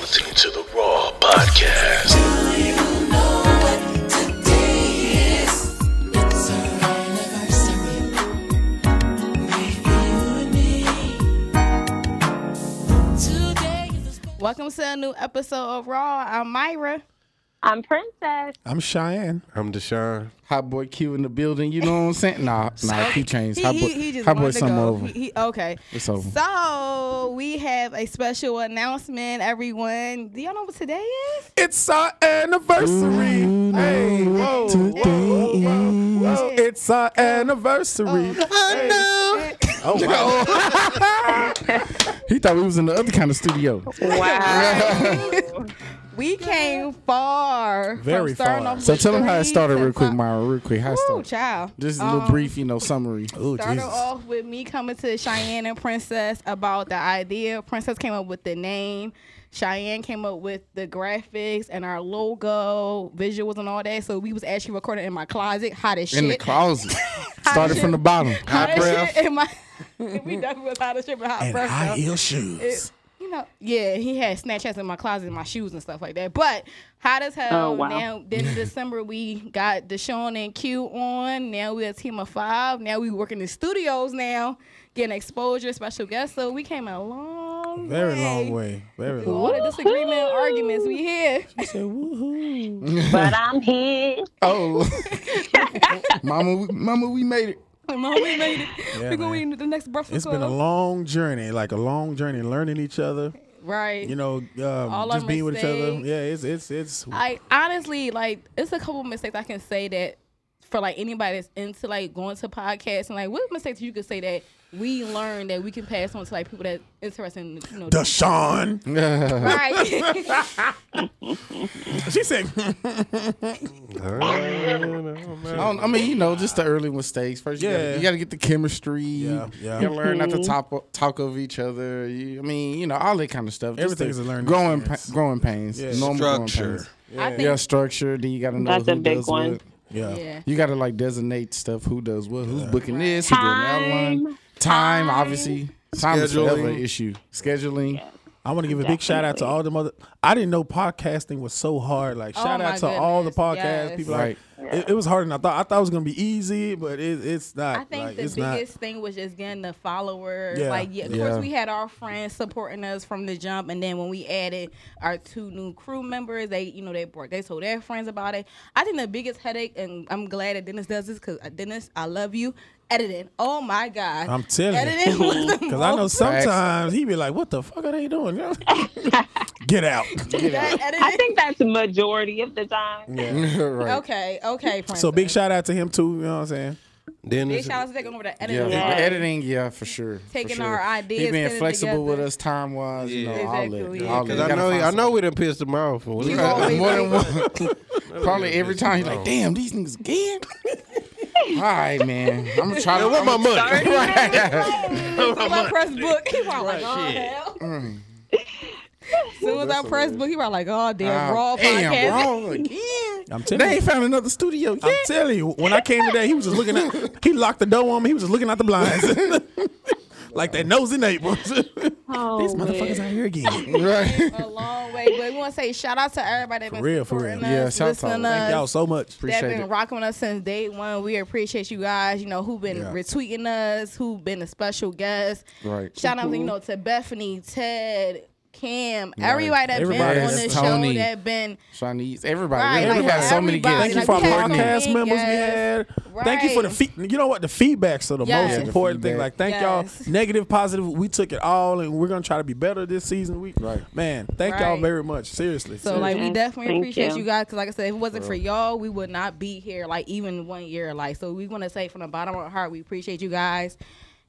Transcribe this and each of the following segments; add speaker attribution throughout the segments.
Speaker 1: listening to the Raw Podcast.
Speaker 2: Welcome to a new episode of Raw. I'm Myra.
Speaker 3: I'm Princess.
Speaker 4: I'm Cheyenne.
Speaker 5: I'm Deshaun.
Speaker 4: Hot boy Q in the building. You know what I'm saying? Nah, nah, Q changed.
Speaker 2: He,
Speaker 4: Hot boy,
Speaker 2: he, he just
Speaker 4: hot boy
Speaker 2: wanted to
Speaker 4: something
Speaker 2: go.
Speaker 4: over.
Speaker 2: He- he- okay.
Speaker 4: It's over.
Speaker 2: So we have a special announcement, everyone. Do y'all know what today is?
Speaker 5: It's our anniversary. hey, whoa,
Speaker 4: today
Speaker 5: whoa, whoa, whoa.
Speaker 2: is- Oh,
Speaker 5: It's our anniversary.
Speaker 4: Oh, He thought we was in the other kind of studio.
Speaker 3: Wow.
Speaker 2: We came far.
Speaker 5: Very
Speaker 2: from starting
Speaker 5: far.
Speaker 2: Off
Speaker 4: So
Speaker 2: with
Speaker 4: tell him how it
Speaker 2: threes
Speaker 4: started
Speaker 2: and
Speaker 4: real quick,
Speaker 2: fi-
Speaker 4: Myra. Real quick, how it
Speaker 2: Woo,
Speaker 4: started.
Speaker 2: child.
Speaker 4: Just a little
Speaker 2: Um,
Speaker 4: brief, you know, summary.
Speaker 5: Oh,
Speaker 2: started
Speaker 5: Jesus.
Speaker 2: off with me coming to Cheyenne and Princess about the idea. Princess came up with the name. Cheyenne came up with the graphics and our logo, visuals, and all that. So we was actually recording in my closet, hot as shit.
Speaker 4: In the closet. started from the bottom.
Speaker 2: hot as shit in my. we definitely was hot as shit, but hot breath. though.
Speaker 5: shoes.
Speaker 2: It- you know, yeah, he had Snapchats in my closet, and my shoes and stuff like that. But hot as hell.
Speaker 3: Oh, wow.
Speaker 2: Now, then in December we got Deshaun and Q on. Now we a team of five. Now we working in studios now, getting exposure, special guests. So we came a long,
Speaker 5: Very
Speaker 2: way.
Speaker 5: long way. Very
Speaker 2: Through
Speaker 5: long.
Speaker 2: All the disagreement, and arguments we here.
Speaker 3: but um, I'm here.
Speaker 4: Oh. mama, we- mama, we made it.
Speaker 2: Mom, we made it.
Speaker 5: Yeah,
Speaker 2: we gonna
Speaker 5: man.
Speaker 2: eat the next breakfast.
Speaker 5: It's been a
Speaker 2: club.
Speaker 5: long journey, like a long journey, learning each other.
Speaker 2: right?
Speaker 5: You know, um,
Speaker 2: All our
Speaker 5: just being with each other.
Speaker 2: mistakes.
Speaker 5: Yeah, it's it's it's.
Speaker 2: I honestly like it's a couple mistakes I can say that for like anybody that's into like going to podcasts and like what mistakes you could say that we learned that we can pass on to like people that interested in you know
Speaker 5: Deshaun.
Speaker 2: right
Speaker 5: She said,
Speaker 4: I, don't, I mean, you know, just the early mistakes. First, you
Speaker 5: Yeah.
Speaker 4: gotta, you gotta get the chemistry.
Speaker 5: Yeah, yeah.
Speaker 4: You gotta learn not to
Speaker 3: Mm-hmm.
Speaker 4: top, talk of each other. You, I mean, you know, all that kind of stuff. Just
Speaker 5: Everything's a
Speaker 4: the
Speaker 5: learning
Speaker 4: growing, pa-
Speaker 5: experience.
Speaker 4: growing pains.
Speaker 5: Yeah.
Speaker 4: Normal growing
Speaker 6: Structure.
Speaker 4: pains.
Speaker 2: I think
Speaker 4: Yeah, structure. Then you gotta know
Speaker 3: That's
Speaker 4: who
Speaker 3: a big
Speaker 4: does
Speaker 3: one.
Speaker 4: what.
Speaker 5: "Yeah,
Speaker 2: yeah
Speaker 4: You gotta like designate stuff. Who does what? Who's booking this? Who doing that one?
Speaker 3: Time.
Speaker 4: Time, obviously. Time is forever an
Speaker 6: Scheduling.
Speaker 4: issue. Scheduling.
Speaker 5: I want to give a big shout out to all the mother. I didn't know podcasting was so hard. Like
Speaker 2: Oh
Speaker 5: shout
Speaker 2: my
Speaker 5: out to all the
Speaker 2: goodness,
Speaker 5: podcast
Speaker 2: yes.
Speaker 5: people.
Speaker 4: Right.
Speaker 5: Like it, it was harder than I thought. I thought it was gonna be easy, but it, it's not.
Speaker 2: I think
Speaker 5: Like,
Speaker 2: the
Speaker 5: it's
Speaker 2: biggest thing was just getting the followers.
Speaker 5: Yeah.
Speaker 2: Like, yeah, of
Speaker 4: Yeah.
Speaker 2: course, we had our friends supporting us from the jump, and then when we added our two new crew members, they, you know, they brought, they told their friends about it. I think the biggest headache, and I'm glad that Dennis does this because Dennis, I love you. Editing, oh my god,
Speaker 5: I'm telling you.
Speaker 2: editing was the
Speaker 5: Because I know
Speaker 2: most-
Speaker 4: Facts.
Speaker 5: sometimes he be like, "What the fuck are they doing?" Get out.
Speaker 2: that editing-
Speaker 3: I think that's the majority of the time.
Speaker 4: right.
Speaker 2: Okay, okay, Princess.
Speaker 5: So big shout out to him too. You know what I'm saying?
Speaker 6: Then
Speaker 2: Big
Speaker 6: it's
Speaker 2: shout out to taking over the
Speaker 4: Yeah,
Speaker 2: editing.
Speaker 4: the
Speaker 3: Yeah.
Speaker 4: editing, yeah, for sure. for
Speaker 2: Taking
Speaker 4: sure.
Speaker 2: our ideas,
Speaker 4: he being
Speaker 2: putting it
Speaker 4: flexible with
Speaker 2: together.
Speaker 4: us time wise, you know,
Speaker 6: Yeah.
Speaker 4: all
Speaker 2: Exactly,
Speaker 4: that.
Speaker 2: yeah.
Speaker 4: All that.
Speaker 6: because
Speaker 4: You
Speaker 6: I
Speaker 4: gotta
Speaker 6: know
Speaker 4: find
Speaker 6: I know
Speaker 4: something.
Speaker 6: we done pissed him off. More
Speaker 2: You always
Speaker 4: more
Speaker 2: like-
Speaker 4: than one. Probably every time he's like, damn, these niggas again. all right, man. I'm gonna try to.
Speaker 6: Where my money?
Speaker 2: soon as I press book, he probably like, oh, hell. soon as I press book, he probably like, oh, damn, raw
Speaker 4: damn,
Speaker 2: podcast.
Speaker 4: wrong again.
Speaker 5: I'm
Speaker 4: They
Speaker 5: telling you.
Speaker 4: ain't found another studio
Speaker 5: I'm
Speaker 4: yet.
Speaker 5: telling you. When I came today, he was just looking at. He locked the door on me. He was just looking out the blinds, like that nosy neighbors.
Speaker 3: Oh,
Speaker 5: These motherfuckers out here again.
Speaker 4: right.
Speaker 2: a long way. But we want to say shout out to everybody that been
Speaker 5: For real, for
Speaker 2: supporting
Speaker 5: real.
Speaker 4: Yeah,
Speaker 2: us,
Speaker 4: shout out.
Speaker 2: listening
Speaker 4: Thank
Speaker 2: us.
Speaker 5: Y'all so much.
Speaker 2: that
Speaker 4: Appreciate
Speaker 2: been
Speaker 4: it.
Speaker 2: rocking with us since day one. We appreciate you guys. You know who been
Speaker 5: Yeah.
Speaker 2: retweeting us, who been a special guest.
Speaker 4: Right.
Speaker 2: Shout out, you know, to Bethany, Ted, Cam, everybody that
Speaker 5: Everybody.
Speaker 2: been on
Speaker 5: Yes,
Speaker 2: this
Speaker 4: Tony.
Speaker 2: show that been
Speaker 4: Chinese, everybody.
Speaker 2: Right,
Speaker 4: Really, we
Speaker 2: like
Speaker 4: had so many
Speaker 2: everybody,
Speaker 4: guests.
Speaker 5: Thank you
Speaker 2: Like,
Speaker 5: for our
Speaker 2: Kevin,
Speaker 5: podcast members
Speaker 2: yes.
Speaker 5: we had. Thank you for the
Speaker 2: Right.
Speaker 5: feed. You know what? The feedbacks are the
Speaker 2: Yes. Yeah,
Speaker 5: most
Speaker 2: the
Speaker 5: important thing.
Speaker 4: feedback.
Speaker 5: Like, thank
Speaker 2: Yes.
Speaker 5: y'all. Negative, positive. We took it all, and we're gonna try to be better this season. We,
Speaker 4: Right.
Speaker 5: man. Thank y'all
Speaker 2: Right.
Speaker 5: very much. Seriously.
Speaker 2: So like we
Speaker 3: Yes,
Speaker 2: definitely
Speaker 3: thank
Speaker 2: appreciate you,
Speaker 3: you.
Speaker 2: guys because like I said, if it wasn't for y'all, we would not be here like even one year. Like so, we want to say from the bottom of our heart, we appreciate you guys,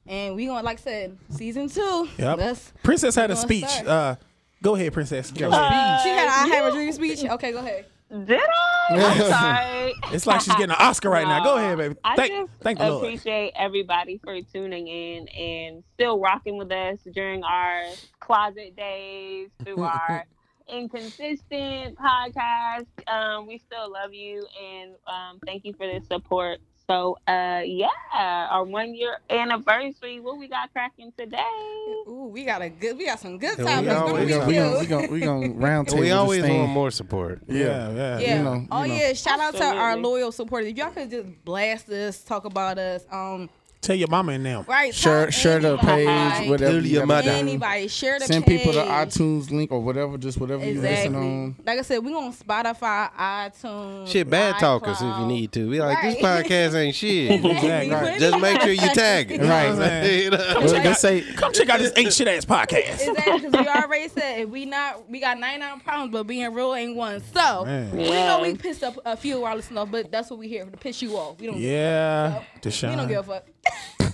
Speaker 2: and we gonna like I said, season two.
Speaker 5: Yep.
Speaker 2: Let's-
Speaker 5: Princess had a
Speaker 2: gonna
Speaker 5: speech.
Speaker 2: start.
Speaker 5: Uh, go ahead, Princess. Go ahead.
Speaker 2: she had a I have a dream speech. Okay, go ahead.
Speaker 3: Did I? I'm sorry.
Speaker 5: It's like she's getting an Oscar right now. Go ahead, baby.
Speaker 3: I
Speaker 5: Thank,
Speaker 3: just
Speaker 5: thank the Lord.
Speaker 3: appreciate everybody for tuning in and still rocking with us during our closet days, through our inconsistent podcast. Um, we still love you and um, thank you for the support So uh yeah, our one year anniversary. What we got cracking today?
Speaker 2: Ooh, we got a good. We got some good
Speaker 6: Yeah, we
Speaker 2: topics. don't
Speaker 6: always-
Speaker 4: Oh, We
Speaker 2: we,
Speaker 4: gonna, we
Speaker 2: Phil?
Speaker 4: gonna, we gonna, we gonna round table
Speaker 6: we
Speaker 4: this
Speaker 6: always
Speaker 4: thing.
Speaker 6: want more support.
Speaker 5: Yeah, yeah.
Speaker 2: Yeah.
Speaker 4: you know, you
Speaker 2: oh
Speaker 4: know.
Speaker 2: yeah. Shout out to our
Speaker 3: Absolutely.
Speaker 2: loyal supporters. If y'all could just blast us, talk about us. Um.
Speaker 5: Tell your mama and them.
Speaker 2: Right.
Speaker 4: Share,
Speaker 2: tell
Speaker 4: share the
Speaker 2: anybody.
Speaker 4: page, whatever.
Speaker 6: Literally
Speaker 4: you
Speaker 6: a
Speaker 4: got.
Speaker 6: mother.
Speaker 2: Anybody share the
Speaker 4: Send
Speaker 2: page.
Speaker 4: people to iTunes link or whatever, just whatever you listen
Speaker 2: Exactly.
Speaker 4: on.
Speaker 2: Like I said, we on Spotify, iTunes.
Speaker 6: Shit, bad talkers if you
Speaker 2: iCloud.
Speaker 6: need to. We like this
Speaker 2: Right.
Speaker 6: podcast ain't shit.
Speaker 5: Exactly.
Speaker 2: Right.
Speaker 6: Just make sure you tag it.
Speaker 4: Right.
Speaker 6: You know?
Speaker 4: Well, they say
Speaker 5: Come check out this ain't shit ass podcast.
Speaker 2: Exactly, because we already said if we not we got 99 problems, but being real ain't one. So
Speaker 5: Man.
Speaker 2: we know we
Speaker 3: Yeah.
Speaker 2: pissed up a few of our listeners, off, but that's what we here for to piss you off. We don't.
Speaker 5: Yeah,
Speaker 2: We don't
Speaker 5: Deshaun.
Speaker 2: give a fuck.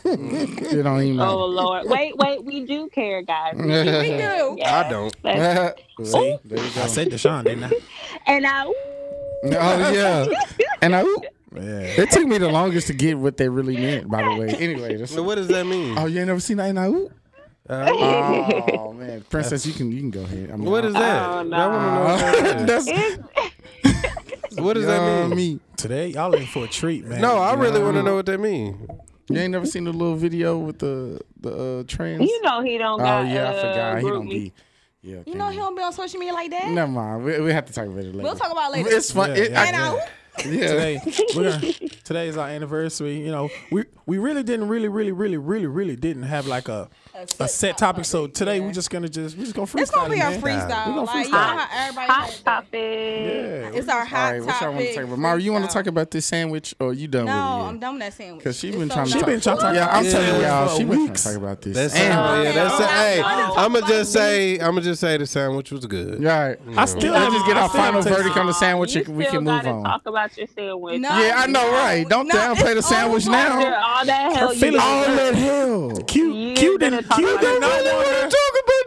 Speaker 4: it don't even
Speaker 3: Oh
Speaker 4: matter.
Speaker 3: Lord. Wait, wait, we do care, guys. We do
Speaker 2: We do.
Speaker 3: care.
Speaker 6: I don't.
Speaker 3: Let's-
Speaker 5: See,
Speaker 4: there you go.
Speaker 5: I said Deshaun, didn't I?
Speaker 3: And uh, I
Speaker 4: Oh yeah, and I.
Speaker 5: Yeah.
Speaker 4: It took me the longest to get what they really meant. By the way, anyway. That's,
Speaker 6: So what does that mean?
Speaker 4: oh, you ain't never seen that? Now? Ooh.
Speaker 6: Uh,
Speaker 4: Oh man, princess, you can you can go ahead. I mean,
Speaker 6: what is that?
Speaker 3: Oh, no.
Speaker 6: I wanna know what that
Speaker 4: that's
Speaker 6: is. What does that mean?
Speaker 4: me.
Speaker 5: Today, y'all in for a treat, man.
Speaker 6: No, I really want to know what that means.
Speaker 4: You ain't never seen the little video with the the uh, trans?
Speaker 3: you know he don't
Speaker 4: oh
Speaker 3: got
Speaker 4: yeah, I
Speaker 3: uh,
Speaker 4: forgot. He don't
Speaker 3: groupie.
Speaker 4: be. Yeah,
Speaker 2: You know he don't be on social media like that.
Speaker 4: Never mind. We, we have to talk about it later.
Speaker 2: We'll talk about it later.
Speaker 4: It's fun.
Speaker 5: Yeah,
Speaker 4: it,
Speaker 5: yeah,
Speaker 4: I,
Speaker 2: and I,
Speaker 4: yeah.
Speaker 5: today. We're gonna, today is our anniversary. You know, we we really didn't really really really really really didn't have like a a set topic. So today
Speaker 2: yeah.
Speaker 5: we're just gonna just we're just gonna freestyle.
Speaker 2: it's gonna be a
Speaker 5: man.
Speaker 2: freestyle.
Speaker 5: We're gonna
Speaker 2: Like you know
Speaker 5: freestyle.
Speaker 2: how everybody.
Speaker 3: Hot
Speaker 2: like that.
Speaker 3: topic.
Speaker 5: Yeah.
Speaker 2: It's our
Speaker 4: All
Speaker 2: hot
Speaker 4: right, what
Speaker 2: topic.
Speaker 4: y'all want to talk about? Mario, you want to
Speaker 2: freestyle.
Speaker 4: talk about this sandwich, or you done
Speaker 2: No,
Speaker 4: with
Speaker 2: I'm
Speaker 4: it?
Speaker 2: done with that sandwich.
Speaker 4: Because she
Speaker 2: It's
Speaker 4: been
Speaker 2: so
Speaker 4: trying to.
Speaker 5: She
Speaker 4: talk-
Speaker 5: been trying to talk
Speaker 4: Yeah, I'm
Speaker 5: about
Speaker 4: telling
Speaker 5: this
Speaker 4: y'all,
Speaker 5: for
Speaker 4: she been trying
Speaker 5: weeks.
Speaker 4: to talk about this.
Speaker 6: That's
Speaker 4: sandwich.
Speaker 6: yeah, that's
Speaker 2: Oh,
Speaker 6: hey.
Speaker 2: no.
Speaker 6: I'ma just say I'ma just say the sandwich was good.
Speaker 4: Yeah, all right.
Speaker 5: I still
Speaker 4: Let's just get
Speaker 5: I
Speaker 4: our
Speaker 5: still
Speaker 4: final
Speaker 5: haven't
Speaker 4: verdict on the sandwich.
Speaker 3: You
Speaker 4: and we
Speaker 3: still
Speaker 4: can move
Speaker 3: gotta
Speaker 4: on.
Speaker 3: Talk about your sandwich.
Speaker 2: No.
Speaker 4: Yeah, I know, right? Don't
Speaker 2: No,
Speaker 4: downplay the
Speaker 2: it's
Speaker 4: sandwich
Speaker 2: over.
Speaker 3: After
Speaker 4: now.
Speaker 3: all that hell, you
Speaker 5: feelings
Speaker 4: All
Speaker 5: are
Speaker 3: deserve-
Speaker 4: that hell.
Speaker 5: Q
Speaker 3: You
Speaker 5: Q
Speaker 3: better
Speaker 5: didn't
Speaker 3: talk
Speaker 5: Q
Speaker 3: about
Speaker 5: did
Speaker 3: it.
Speaker 5: not want her.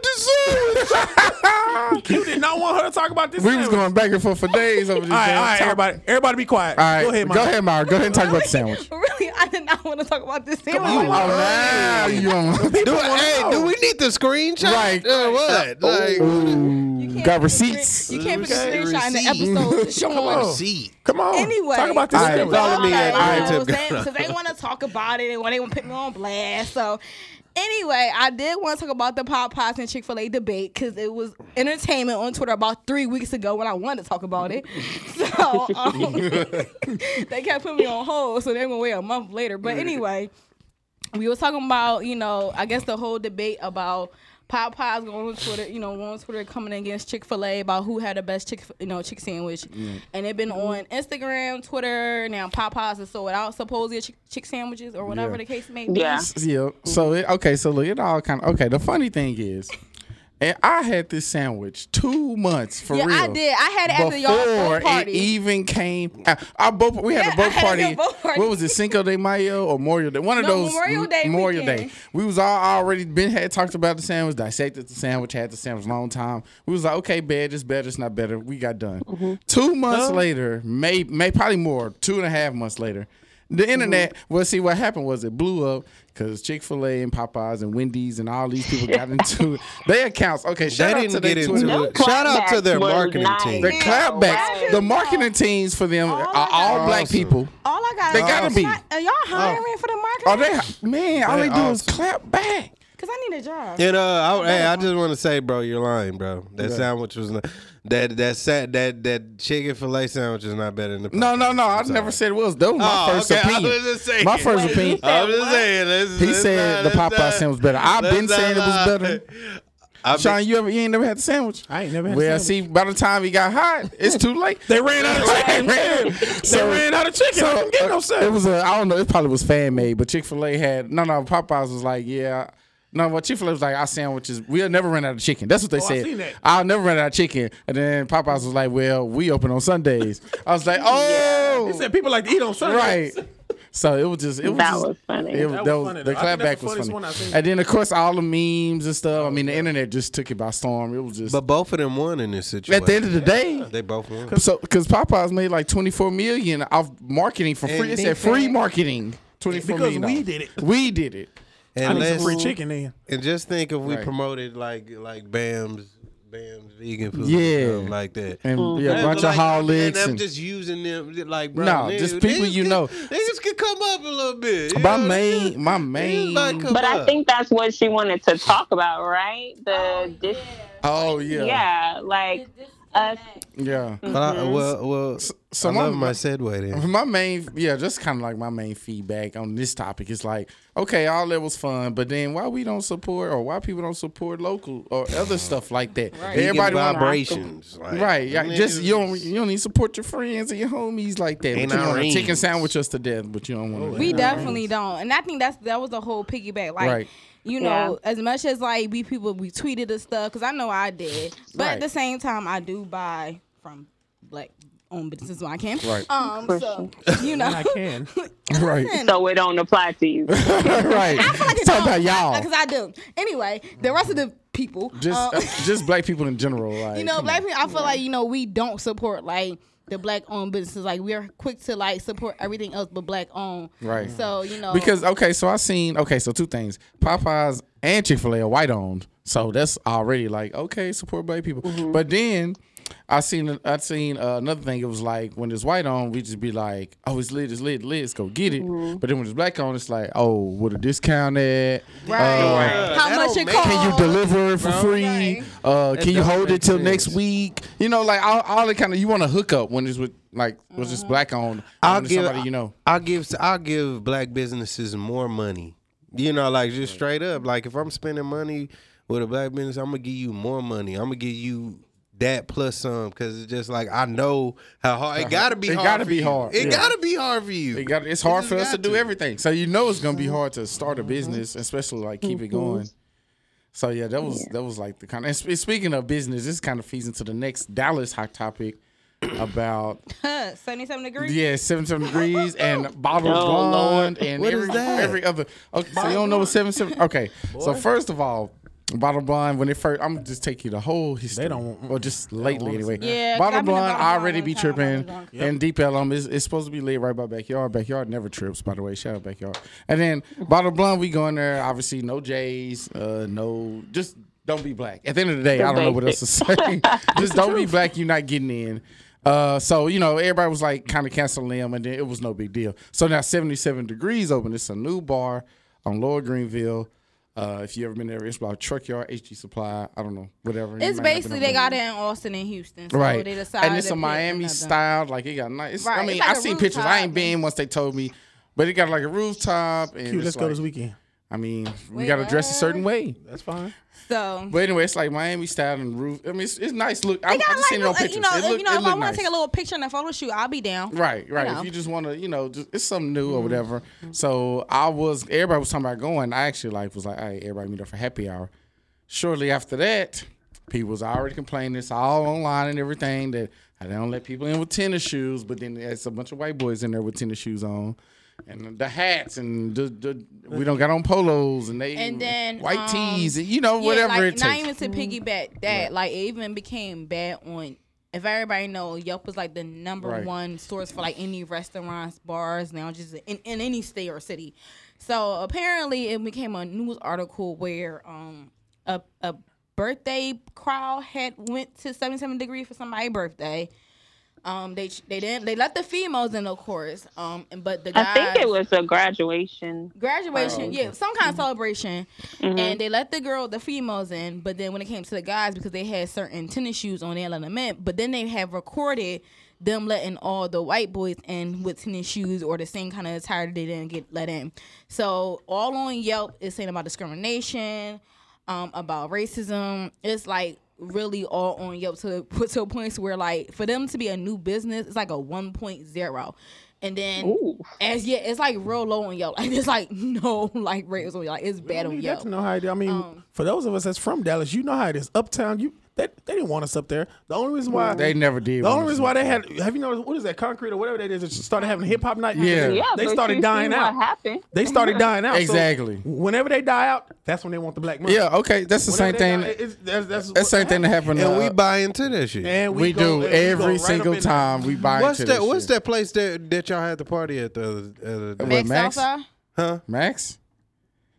Speaker 4: talk about the sandwich.
Speaker 5: Q did not want her to talk about this.
Speaker 4: we was
Speaker 5: sandwich.
Speaker 4: going back and forth for days over this.
Speaker 5: All right,
Speaker 4: damn
Speaker 5: all right,
Speaker 4: topic.
Speaker 5: everybody, everybody, be quiet.
Speaker 4: All right,
Speaker 5: go ahead,
Speaker 4: go
Speaker 5: Mike.
Speaker 4: ahead, Mara. Go ahead and talk about the sandwich.
Speaker 2: Really, I did not want to talk about this sandwich.
Speaker 4: Oh, now you on.
Speaker 6: Do, hey, do we need the screenshot?
Speaker 4: Right.
Speaker 6: Uh, what? Like,
Speaker 2: You can't
Speaker 4: Got
Speaker 2: put a screen-
Speaker 4: receipts.
Speaker 2: You can't put a
Speaker 6: Okay.
Speaker 2: screenshot in the
Speaker 6: Receipt.
Speaker 2: episode showing.
Speaker 6: Come see.
Speaker 5: Come on.
Speaker 2: Anyway,
Speaker 5: talk about this.
Speaker 4: All right,
Speaker 5: sandwich.
Speaker 6: follow me at
Speaker 2: Okay,
Speaker 6: I
Speaker 2: you know what
Speaker 6: Tip
Speaker 2: I'm saying?
Speaker 6: Gunner.
Speaker 2: So they want to talk about it and when they want to put me on blast. So anyway, I did want to talk about the Popeyes and Chick Fil A debate because it was entertainment on Twitter about three weeks ago when I wanted to talk about it. So um, they kept putting me on hold, so they went away a month later. But anyway, we was talking about you know I guess the whole debate about. Popeyes going on Twitter, you know, going on Twitter coming against Chick Fil A about who had the best chick, you know, chick sandwich, and they've been on Instagram, Twitter. Now Popeyes is sold out supposedly chick, chick sandwiches or whatever
Speaker 4: Yeah.
Speaker 2: the case may be.
Speaker 3: Yeah.
Speaker 4: Yeah. So it, okay. So look, it all kind of okay. The funny thing is, and I had this sandwich two months for
Speaker 2: yeah,
Speaker 4: real.
Speaker 2: I did. I had it after y'all
Speaker 4: Before
Speaker 2: boat
Speaker 4: it
Speaker 2: party.
Speaker 4: even came, out. our boat, we had
Speaker 2: Yeah,
Speaker 4: a
Speaker 2: I
Speaker 4: boat
Speaker 2: had
Speaker 4: party.
Speaker 2: your boat party.
Speaker 4: What was it, Cinco de Mayo or Memorial Day? One of
Speaker 2: No,
Speaker 4: those
Speaker 2: Memorial
Speaker 4: m-
Speaker 2: Day
Speaker 4: Memorial
Speaker 2: weekend.
Speaker 4: Day. We was all already been had talked about the sandwich, dissected the sandwich, had the sandwich long time. We was like, okay, bad, it's better, it's not better. We got done.
Speaker 2: Mm-hmm.
Speaker 4: Two months later, may, may probably more, two and a half months later.
Speaker 2: Mm-hmm.
Speaker 4: The internet, well, see what happened was it blew up because Chick Fil A and Popeyes and Wendy's and all these people got into it. Their accounts. Okay, shout
Speaker 6: They
Speaker 4: out to
Speaker 6: didn't
Speaker 4: their
Speaker 6: get
Speaker 4: Twitter.
Speaker 6: into it. Shout out to their
Speaker 3: Clapbacks were
Speaker 6: marketing
Speaker 3: nice.
Speaker 6: team.
Speaker 4: The
Speaker 3: Yeah,
Speaker 4: clapbacks,
Speaker 3: right.
Speaker 4: the marketing teams for them
Speaker 2: All
Speaker 4: are
Speaker 2: I
Speaker 4: all
Speaker 2: got-
Speaker 4: black
Speaker 6: Awesome.
Speaker 4: people.
Speaker 2: All I got.
Speaker 4: They
Speaker 2: is-
Speaker 4: gotta be. Oh.
Speaker 2: Are y'all hiring for the market?
Speaker 4: Are they? Man, all they
Speaker 6: They
Speaker 4: do is
Speaker 6: awesome.
Speaker 4: clap back.
Speaker 2: Because I need a job.
Speaker 6: And uh, I, hey, I just want to say, bro, you're lying, bro. That sandwich was not, that that sat that that chicken fillet sandwich is not better than the.
Speaker 4: No, no, no.
Speaker 6: I'm
Speaker 4: I
Speaker 6: sorry.
Speaker 4: never said it was. That was my
Speaker 6: Oh,
Speaker 4: first
Speaker 6: okay, I
Speaker 4: opinion.
Speaker 6: was just saying.
Speaker 4: My first
Speaker 3: Wait,
Speaker 4: opinion.
Speaker 3: you
Speaker 6: I'm
Speaker 3: Said
Speaker 6: just
Speaker 3: what?
Speaker 6: saying. let's-
Speaker 4: He
Speaker 6: let's
Speaker 4: said
Speaker 6: not-
Speaker 4: the
Speaker 6: let's
Speaker 4: Popeye
Speaker 6: not-
Speaker 4: sandwich was better. I've
Speaker 6: let's
Speaker 4: been saying it
Speaker 6: not
Speaker 4: was
Speaker 6: lie.
Speaker 4: better.
Speaker 6: I've
Speaker 4: Sean,
Speaker 6: been,
Speaker 4: you ever? You ain't never had the sandwich.
Speaker 5: I ain't never had a
Speaker 4: Well,
Speaker 5: sandwich.
Speaker 4: see, by the time he got hot, it's too late.
Speaker 5: They ran out of chicken. man. they
Speaker 4: So-
Speaker 5: ran out of chicken. I
Speaker 4: So
Speaker 5: couldn't get no
Speaker 4: uh, it
Speaker 5: sandwich.
Speaker 4: was a I don't know. It probably was fan made, but Chick Fil A had no no. Popeyes was like yeah. No, what Chick Fil A was like, our sandwiches, we'll never run out of chicken. That's what they
Speaker 5: Oh, I
Speaker 4: said.
Speaker 5: seen that.
Speaker 4: I'll never run out of chicken. And then Popeyes was like, well, we open on Sundays. I was like, oh,
Speaker 5: He said people like to eat on Sunday.
Speaker 4: right. So it was just, it was
Speaker 3: That
Speaker 4: just-
Speaker 3: was funny.
Speaker 4: It,
Speaker 5: That
Speaker 4: that
Speaker 5: was funny,
Speaker 4: was, the
Speaker 5: though. I think that's
Speaker 4: clapback
Speaker 5: the
Speaker 4: was
Speaker 5: funniest
Speaker 4: funny.
Speaker 5: one I've seen.
Speaker 4: And then of course all the memes and stuff. I mean, the internet just took it by storm. It was just
Speaker 6: but both of them won in this situation.
Speaker 4: at the end of the day,
Speaker 6: they both won.
Speaker 4: so because Popeyes made like twenty four million off marketing for free.
Speaker 6: And
Speaker 4: It
Speaker 6: they
Speaker 4: said free
Speaker 6: said-
Speaker 4: marketing. Twenty four
Speaker 5: Because
Speaker 4: million.
Speaker 5: we did it.
Speaker 4: We did it.
Speaker 5: I
Speaker 6: And
Speaker 5: need some
Speaker 6: let's
Speaker 5: free chicken then.
Speaker 6: and just think if we
Speaker 4: Right.
Speaker 6: promoted like like Bam's. Bam's damn vegan food.
Speaker 4: Yeah.
Speaker 6: stuff like that.
Speaker 4: and yeah,
Speaker 6: Mm. Yeah,
Speaker 4: a bunch
Speaker 6: but
Speaker 4: of
Speaker 6: like,
Speaker 4: holics
Speaker 6: And I'm
Speaker 4: and
Speaker 6: just using them, like bro.
Speaker 4: No,
Speaker 6: niggas-
Speaker 4: just people
Speaker 6: niggas
Speaker 4: you
Speaker 6: can-
Speaker 4: know.
Speaker 6: Niggas can come up a little bit. you
Speaker 4: my
Speaker 6: know?
Speaker 4: main, my
Speaker 6: Niggas
Speaker 4: main.
Speaker 6: like come
Speaker 3: But I
Speaker 6: up.
Speaker 3: think that's what she wanted to talk about, right? The dis-
Speaker 4: oh
Speaker 3: yeah.
Speaker 4: yeah,
Speaker 3: like us.
Speaker 4: yeah.
Speaker 6: But I,
Speaker 3: Mm-hmm.
Speaker 6: well, well,
Speaker 4: so
Speaker 6: I
Speaker 4: my-
Speaker 6: love my segue then.
Speaker 4: My main, yeah, just kind of like my main feedback on this topic is like, okay, all that was fun, but then why we don't support or why people don't support local or other stuff like that? Everybody
Speaker 6: Vegan
Speaker 4: want
Speaker 6: vibrations, like,
Speaker 4: Right, yeah,
Speaker 6: niggas
Speaker 4: just you don't you don't need to support your friends and your homies like that.
Speaker 6: Ain't
Speaker 4: But you
Speaker 6: our Oh,
Speaker 4: want a chicken
Speaker 6: rings.
Speaker 4: sandwich us to death, but you don't want to.
Speaker 2: We definitely don't, and I think that's that was the whole piggyback. Like,
Speaker 4: Right.
Speaker 2: you
Speaker 3: Yeah.
Speaker 2: know, as much as like we people we tweeted and stuff, because I know I did, but
Speaker 4: Right.
Speaker 2: at the same time, I do buy from black owned businesses when I can.
Speaker 4: Right.
Speaker 2: Um. So you know,
Speaker 5: I can.
Speaker 4: right,
Speaker 3: So it don't apply to you.
Speaker 4: right. Talk about y'all,
Speaker 2: because uh, I do. Anyway, the rest of the people,
Speaker 4: just
Speaker 2: um,
Speaker 4: uh, just black people in general. Like,
Speaker 2: you know,
Speaker 4: come
Speaker 2: black
Speaker 4: on.
Speaker 2: people. I feel like you know we don't support like. The black owned businesses, like we are quick to like support everything else but black owned.
Speaker 4: Right.
Speaker 2: So you know
Speaker 4: Because okay, so I seen okay, so two things: Popeyes and Chick Fil A are white owned, so that's already like okay, support black people.
Speaker 2: Mm-hmm.
Speaker 4: But then I seen I seen uh, another thing. It was like when it's white owned, we just be like, oh, it's lit, it's lit, lit, let's go get it.
Speaker 2: Mm-hmm.
Speaker 4: But then when it's black owned, it's like, oh, what a discount at? Uh,
Speaker 2: Right.
Speaker 6: Right.
Speaker 2: How
Speaker 6: That
Speaker 2: much
Speaker 6: don't
Speaker 2: it
Speaker 6: make-
Speaker 2: costs?
Speaker 4: Can you deliver it for
Speaker 2: Oh,
Speaker 4: free?
Speaker 2: Right.
Speaker 4: Uh, can you
Speaker 6: don't
Speaker 4: hold
Speaker 6: make
Speaker 4: it till
Speaker 6: sense.
Speaker 4: next week? You know, like all, all that kind of. You want to hook up when it's with like was just black owned.
Speaker 6: I'll
Speaker 4: when it's
Speaker 6: give-
Speaker 4: somebody you know.
Speaker 6: I'll give I'll give black businesses more money. You know, like just straight up. Like if I'm spending money with a black business, I'm gonna give you more money. I'm gonna give you that plus some because it's just like I know how hard it gotta be.
Speaker 4: It
Speaker 6: hard
Speaker 4: gotta
Speaker 6: for
Speaker 4: be
Speaker 6: you.
Speaker 4: hard,
Speaker 6: It
Speaker 4: yeah.
Speaker 6: gotta be hard for you.
Speaker 4: It got, it's hard
Speaker 6: just
Speaker 4: for us to
Speaker 6: got
Speaker 4: do
Speaker 6: to.
Speaker 4: everything. So you know it's gonna be hard to start a business, especially like keep it going. So yeah, that was that was like the kind. Of, and sp- speaking of business, this kind of feeds into the next Dallas hot topic about
Speaker 2: Huh, 77 degrees?
Speaker 4: yeah, seven seven degrees and bottle
Speaker 3: Oh,
Speaker 4: blonde and
Speaker 6: What is
Speaker 4: every,
Speaker 6: that?
Speaker 4: every other. Okay, so you don't know what seven seven. Okay, so first of all. Bottle blonde when it first I'm just take you the whole history.
Speaker 5: don't want-
Speaker 4: or just lately
Speaker 5: want us
Speaker 4: anyway.
Speaker 5: in
Speaker 2: Yeah, 'cause
Speaker 4: bottle
Speaker 2: I've been to
Speaker 4: blonde
Speaker 2: Bottle Blonde
Speaker 4: already
Speaker 2: one
Speaker 4: be
Speaker 2: time, Bottle
Speaker 4: tripping
Speaker 2: Blonde.
Speaker 4: and deep elm is it's supposed to be laid right by backyard. Backyard never trips, by the way. Shout out backyard. And then bottle blonde, we go in there. Obviously, no J's, uh, no just don't be black. At the end of the day, I don't know what else to say. just don't be black. You're not getting in. Uh, so you know everybody was like kind of canceling them, and then it was no big deal. So now 77 degrees open. It's a new bar on Lower Greenville. Uh, if you ever been there, it's about truck yard, HG Supply. I don't know, whatever. You might not
Speaker 2: It's
Speaker 4: been
Speaker 2: basically
Speaker 4: up
Speaker 2: they
Speaker 4: there
Speaker 2: got it in Austin and Houston. So
Speaker 4: right?
Speaker 2: They decided
Speaker 4: and it's
Speaker 2: to
Speaker 4: a
Speaker 2: put
Speaker 4: Miami
Speaker 2: another.
Speaker 4: style. Like it got nice.
Speaker 2: Right,
Speaker 4: I
Speaker 2: it's
Speaker 4: mean,
Speaker 2: like
Speaker 4: I
Speaker 2: a
Speaker 4: seen pictures. I ain't
Speaker 2: rooftop.
Speaker 4: been once they told me, but it got like a rooftop. And
Speaker 5: Cute,
Speaker 4: it's
Speaker 5: let's go
Speaker 4: like-
Speaker 5: this weekend.
Speaker 4: I mean, we
Speaker 2: Wait,
Speaker 4: got to dress a
Speaker 2: what?
Speaker 4: certain way.
Speaker 5: That's fine.
Speaker 2: So
Speaker 4: But anyway, it's like Miami style and roof. I mean, it's, it's nice. Look, I,
Speaker 2: they
Speaker 4: I
Speaker 2: got
Speaker 4: just
Speaker 2: like
Speaker 4: seen it on
Speaker 2: little-
Speaker 4: pictures.
Speaker 2: you know,
Speaker 4: it look,
Speaker 2: you know,
Speaker 4: it
Speaker 2: if I
Speaker 4: look
Speaker 2: want
Speaker 4: nice.
Speaker 2: to take a little picture in a photo shoot, I'll be down.
Speaker 4: Right, right.
Speaker 2: know. Mm-hmm.
Speaker 4: If you just want to, you know, just, it's something new or whatever. So I was, everybody was talking about going. I actually like was like, all right, everybody meet up for happy hour. Shortly after that, people was already complaining. It's all online and everything that I don't let people in with tennis shoes. But then there's a bunch of white boys in there with tennis shoes on. And the hats and the, the we don't got on polos and they
Speaker 2: And then,
Speaker 4: white
Speaker 2: um,
Speaker 4: tees and you know
Speaker 2: Yeah,
Speaker 4: whatever
Speaker 2: like,
Speaker 4: it
Speaker 2: Not
Speaker 4: takes.
Speaker 2: even
Speaker 3: Mm-hmm.
Speaker 2: to piggyback that. Like it even became bad on. If everybody know, Yelp was like the number
Speaker 4: Right.
Speaker 2: one source for like any restaurants, bars, now just in, in any state or city. So apparently, it became a news article where um a a birthday crowd had went to 77 degree for somebody's birthday. Um, they they didn't they let the females in, of course. Um, and- but the guys
Speaker 3: I think it was a graduation.
Speaker 2: graduation, yeah, some kind of celebration, and they let the girl, the females in, but then when it came to the guys, because they had certain tennis shoes on, they let them in, but then they have recorded them letting all the white boys in with tennis shoes or the same kind of attire that they didn't get let in. So all on Yelp is saying about discrimination, um, about racism. It's like really all on Yelp to put to points where like for them to be a new business, it's like a 1.0. And then
Speaker 3: Ooh.
Speaker 2: as yeah, it's like real low on Yelp. Like it's like no like rates on Yelp. Like it's bad on
Speaker 5: You got
Speaker 2: Yelp.
Speaker 5: to know how it is. I mean, for those of us that's from Dallas, you know how it is. Uptown, you they, they didn't want us up there. The only reason why
Speaker 4: They never did
Speaker 5: The
Speaker 4: want
Speaker 5: only
Speaker 4: us
Speaker 5: reason
Speaker 4: up
Speaker 5: why they had have you noticed what is that concrete or whatever that is? It started having hip hop night.
Speaker 4: Yeah.
Speaker 3: Yeah,
Speaker 5: they
Speaker 3: but
Speaker 5: started
Speaker 3: you
Speaker 5: dying
Speaker 3: see
Speaker 5: out.
Speaker 3: What happened?
Speaker 5: They started dying out. So
Speaker 4: Exactly.
Speaker 5: whenever they die out, that's when they want the black money.
Speaker 4: yeah, okay, that's the
Speaker 5: Whenever
Speaker 4: same
Speaker 5: they
Speaker 4: thing.
Speaker 5: die, it's- that's, that's
Speaker 4: that's the same thing that happened.
Speaker 6: And
Speaker 4: uh,
Speaker 6: we buy into that shit.
Speaker 5: And
Speaker 4: we,
Speaker 5: go- and
Speaker 4: do
Speaker 5: we go
Speaker 4: every
Speaker 5: right up
Speaker 4: single
Speaker 5: in there.
Speaker 4: time we buy
Speaker 6: what's
Speaker 4: into
Speaker 6: that?
Speaker 4: this
Speaker 6: What's
Speaker 4: shit.
Speaker 6: that place that that y'all had the party at the other, other day?
Speaker 4: What,
Speaker 2: Max
Speaker 4: Max?
Speaker 2: Alpha?
Speaker 6: Huh?
Speaker 4: Max?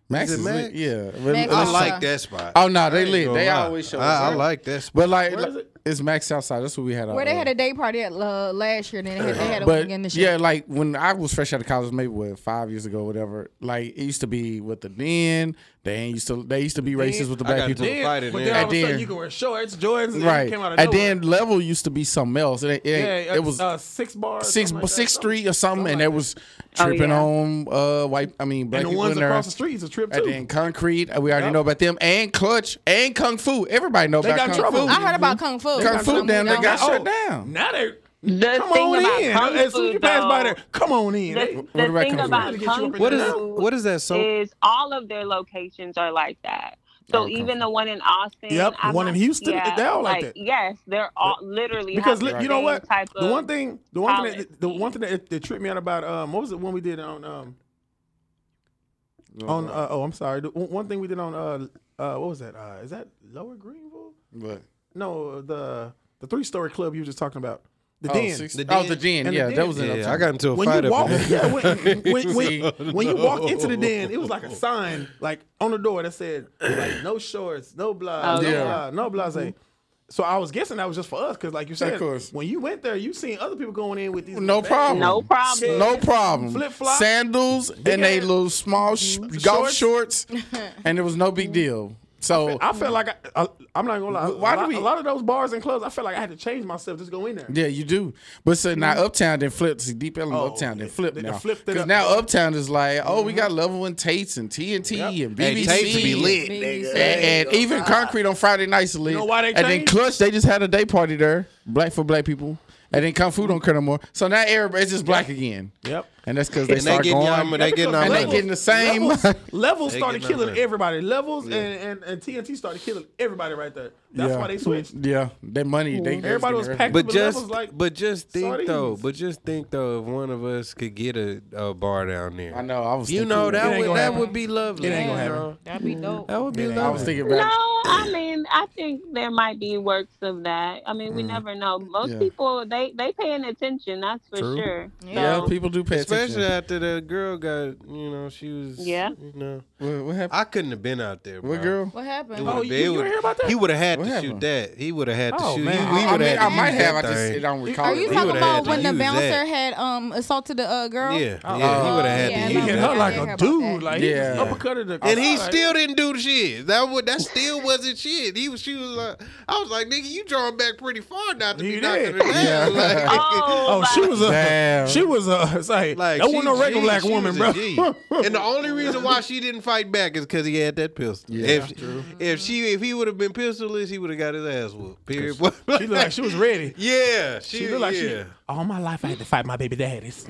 Speaker 4: Max
Speaker 6: Is
Speaker 4: is,
Speaker 6: it
Speaker 4: lit.
Speaker 6: Max?
Speaker 4: Yeah.
Speaker 2: Max
Speaker 6: I
Speaker 2: is
Speaker 6: like
Speaker 2: fun.
Speaker 6: that spot.
Speaker 4: Oh no, they
Speaker 6: I ain't
Speaker 4: lit.
Speaker 6: gonna
Speaker 4: They
Speaker 6: lie.
Speaker 4: always show.
Speaker 6: I, I
Speaker 4: us.
Speaker 6: like that spot.
Speaker 4: But like,
Speaker 5: Where is it?
Speaker 4: it's Max outside. That's what we had. out
Speaker 2: Where they
Speaker 4: there.
Speaker 2: had a day party at uh, last year, and then they had, they had a
Speaker 4: but
Speaker 2: weekend this year.
Speaker 4: yeah, like when I was fresh out of college, maybe what five years ago, whatever. Like it used to be with the den. They ain't used to. They used to be racist with the
Speaker 6: I
Speaker 4: black
Speaker 6: got
Speaker 4: people.
Speaker 6: den.
Speaker 5: Then,
Speaker 6: fight it,
Speaker 5: but
Speaker 6: man.
Speaker 5: then all of a
Speaker 4: And
Speaker 5: sudden
Speaker 4: then-
Speaker 5: you can wear shorts, Jordans, and
Speaker 4: Right.
Speaker 5: it came out of
Speaker 4: And
Speaker 5: nowhere.
Speaker 4: then level used to be something else. It, it,
Speaker 5: yeah,
Speaker 4: it was
Speaker 5: uh, six bars,
Speaker 4: six six street or something, and they was
Speaker 3: Oh,
Speaker 4: tripping
Speaker 3: yeah.
Speaker 4: on uh white. I mean black
Speaker 5: And the
Speaker 4: people
Speaker 5: ones
Speaker 4: in there.
Speaker 5: across the street is a trip
Speaker 4: And
Speaker 5: too.
Speaker 4: then concrete. uh, We already
Speaker 5: Yep.
Speaker 4: know about them. And clutch and kung fu. Everybody know
Speaker 5: They
Speaker 4: about
Speaker 5: got in
Speaker 4: kung
Speaker 5: trouble.
Speaker 4: fu.
Speaker 2: I heard about Kung Fu.
Speaker 4: Kung Fu
Speaker 2: I'm
Speaker 4: down there
Speaker 2: down.
Speaker 4: got
Speaker 5: Oh,
Speaker 4: shut down.
Speaker 5: Now they
Speaker 3: The
Speaker 5: come
Speaker 3: thing
Speaker 5: on
Speaker 3: about
Speaker 5: in.
Speaker 3: kung
Speaker 5: As soon as you
Speaker 3: fu,
Speaker 5: pass by
Speaker 3: though-
Speaker 5: there, come on in. They-
Speaker 3: The,
Speaker 4: What
Speaker 3: the
Speaker 4: about
Speaker 3: thing
Speaker 4: Kung
Speaker 5: Trying to
Speaker 4: Fu?
Speaker 5: get you
Speaker 3: about
Speaker 5: up in
Speaker 3: Kung
Speaker 5: there
Speaker 3: Fu
Speaker 6: what
Speaker 5: now.
Speaker 6: is what is that so?
Speaker 3: is all of their locations are like that. So
Speaker 4: Okay.
Speaker 3: even the one in Austin,
Speaker 5: Yep, the one in Houston, they all like that.
Speaker 3: Yes, they're all literally
Speaker 5: because
Speaker 3: have
Speaker 5: li-
Speaker 3: the
Speaker 5: you know
Speaker 3: same
Speaker 5: what?
Speaker 3: Type
Speaker 5: The
Speaker 3: of-
Speaker 5: one thing, the one thing,
Speaker 3: policy.
Speaker 5: that, the one thing that, that tripped me out about um, what was it when we did on um on uh, oh I'm sorry, the, one one thing we did on uh uh what was that? Uh, is that Lower Greenville?
Speaker 4: But-
Speaker 5: No, the the three story club you were just talking about. The
Speaker 4: oh,
Speaker 5: den.
Speaker 4: six-
Speaker 6: The
Speaker 4: oh,
Speaker 6: den.
Speaker 4: the den.
Speaker 5: And the
Speaker 4: Yeah,
Speaker 5: den.
Speaker 4: that was in
Speaker 6: Yeah,
Speaker 4: Uptown.
Speaker 6: I got into a
Speaker 5: when
Speaker 6: fight
Speaker 5: you
Speaker 6: up
Speaker 5: walk,
Speaker 6: in
Speaker 5: yeah, when, when, when,
Speaker 6: See?
Speaker 5: when you walked into the
Speaker 6: No.
Speaker 5: den, it was like a sign, like on the door that said, like, no shorts, no blah,
Speaker 3: Oh,
Speaker 5: no
Speaker 4: yeah.
Speaker 5: blah, no blase. So I was guessing that was just for us, because like you said,
Speaker 4: Mm-hmm. course.
Speaker 5: when you went there, you seen other people going in with these.
Speaker 4: No
Speaker 5: bad-
Speaker 4: problem.
Speaker 3: No problem.
Speaker 4: No problem.
Speaker 5: Flip-flop.
Speaker 4: Sandals and they
Speaker 5: ass-
Speaker 4: little small sh-
Speaker 5: Mm-hmm.
Speaker 4: golf shorts, and it was no big deal. So
Speaker 5: I felt like I, I, I'm not gonna lie.
Speaker 4: Why
Speaker 5: a,
Speaker 4: do
Speaker 5: lot,
Speaker 4: we-
Speaker 5: a lot of those bars and clubs? I felt like I had to change myself just to go in there.
Speaker 4: yeah, you do. But so now Uptown then flipped. See, Deep Ellum Uptown then
Speaker 5: Mm-hmm. Oh, they-
Speaker 4: flipped
Speaker 5: they
Speaker 4: now.
Speaker 5: flipped it
Speaker 4: Because
Speaker 5: up. Mm-hmm.
Speaker 4: now Uptown is like, oh, we got Level and Tates and TNT
Speaker 5: Yep.
Speaker 4: and
Speaker 6: Hey,
Speaker 4: BBC.
Speaker 6: tapes be lit,
Speaker 2: BBC.
Speaker 6: nigga.
Speaker 4: And, and even Concrete on Friday nights is lit.
Speaker 5: know why they
Speaker 4: and then
Speaker 5: changed?
Speaker 4: Clutch, they just had a day party there, black for black people. And then Kung Fu don't care no more. So now everybody, it's just black again.
Speaker 5: Yep.
Speaker 4: And that's because they
Speaker 6: And they
Speaker 4: start
Speaker 6: getting y'all,
Speaker 4: going.
Speaker 6: but they getting
Speaker 5: because
Speaker 6: our
Speaker 4: and they
Speaker 5: levels-
Speaker 6: money.
Speaker 4: getting the same.
Speaker 5: Levels, levels
Speaker 6: They
Speaker 5: started
Speaker 6: getting our
Speaker 5: killing
Speaker 6: money.
Speaker 5: everybody. Levels and, and, and TNT started killing everybody right there. That's why they switched.
Speaker 4: Yeah, that money. They
Speaker 5: Everybody was packed.
Speaker 6: But
Speaker 5: But
Speaker 6: just,
Speaker 5: levels like
Speaker 6: but just think
Speaker 5: sardines.
Speaker 6: though. But just think though, if one of us could get a, a bar down there,
Speaker 4: I know. I was.
Speaker 6: you
Speaker 4: thinking
Speaker 6: know
Speaker 5: It
Speaker 6: that
Speaker 5: ain't
Speaker 6: would
Speaker 5: gonna
Speaker 6: that
Speaker 5: happen.
Speaker 6: would be lovely.
Speaker 5: It ain't gonna
Speaker 6: you
Speaker 5: happen.
Speaker 6: know?
Speaker 2: That'd be dope.
Speaker 6: That would be
Speaker 4: I was
Speaker 6: lovely.
Speaker 4: thinking
Speaker 3: No,
Speaker 4: about.
Speaker 3: I mean, I think there might be works of that. I mean, we never know. Most
Speaker 4: Yeah.
Speaker 3: people they they paying attention. That's for
Speaker 6: True.
Speaker 3: sure.
Speaker 4: Yeah,
Speaker 3: So,
Speaker 4: people do pay
Speaker 6: Especially
Speaker 4: attention.
Speaker 6: after the girl got, you know, she was,
Speaker 3: Yeah.
Speaker 6: you know,
Speaker 4: What, what happened?
Speaker 6: I couldn't have been out there. Bro.
Speaker 4: What girl?
Speaker 2: What
Speaker 6: It
Speaker 2: happened?
Speaker 6: would've
Speaker 5: Oh,
Speaker 6: been-
Speaker 5: you-
Speaker 6: it
Speaker 5: you
Speaker 6: would-
Speaker 5: hear about that?
Speaker 6: He would have had
Speaker 4: What
Speaker 6: to
Speaker 4: happened?
Speaker 6: shoot that. He would have had
Speaker 5: Oh,
Speaker 6: to shoot.
Speaker 5: man.
Speaker 6: he-
Speaker 5: I-
Speaker 6: We
Speaker 4: I,
Speaker 6: would
Speaker 4: mean,
Speaker 6: have.
Speaker 4: I might have. I just it
Speaker 6: thing.
Speaker 4: don't recall.
Speaker 2: Are
Speaker 4: it.
Speaker 2: you
Speaker 6: He
Speaker 2: talking
Speaker 6: would've had
Speaker 2: about
Speaker 6: to
Speaker 2: when the
Speaker 6: use
Speaker 2: bouncer
Speaker 6: that.
Speaker 2: had um assaulted the uh, girl?
Speaker 6: Yeah, yeah.
Speaker 5: Oh,
Speaker 6: he would have had
Speaker 2: yeah,
Speaker 6: to
Speaker 5: He
Speaker 6: use
Speaker 2: like-
Speaker 5: hit
Speaker 6: that.
Speaker 5: her like
Speaker 2: I didn't hear
Speaker 5: a
Speaker 2: about
Speaker 5: dude.
Speaker 2: that.
Speaker 5: Like he just
Speaker 4: Yeah.
Speaker 5: uppercutted the.
Speaker 6: And he
Speaker 5: like,
Speaker 6: still didn't do the shit. That would that still wasn't shit. He was she was like I was like, nigga, you drawing back pretty far not to
Speaker 5: You
Speaker 6: be knocking
Speaker 5: did.
Speaker 6: her down.
Speaker 4: Yeah.
Speaker 6: Like,
Speaker 5: Oh,
Speaker 3: Oh,
Speaker 5: she was a.
Speaker 4: Damn.
Speaker 5: She was a. It's like,
Speaker 6: like
Speaker 5: that wasn't
Speaker 6: she
Speaker 5: no regular
Speaker 6: G,
Speaker 5: black
Speaker 6: she
Speaker 5: woman,
Speaker 6: was
Speaker 5: bro.
Speaker 6: a G. and the only reason why she didn't fight back is because he had that pistol.
Speaker 4: Yeah,
Speaker 6: if, if she if he would have been pistolless, he would have got his ass whooped. Period.
Speaker 5: she looked like she was ready.
Speaker 6: yeah, she,
Speaker 5: She looked like
Speaker 6: yeah.
Speaker 5: she. All my life I had to fight my baby daddies.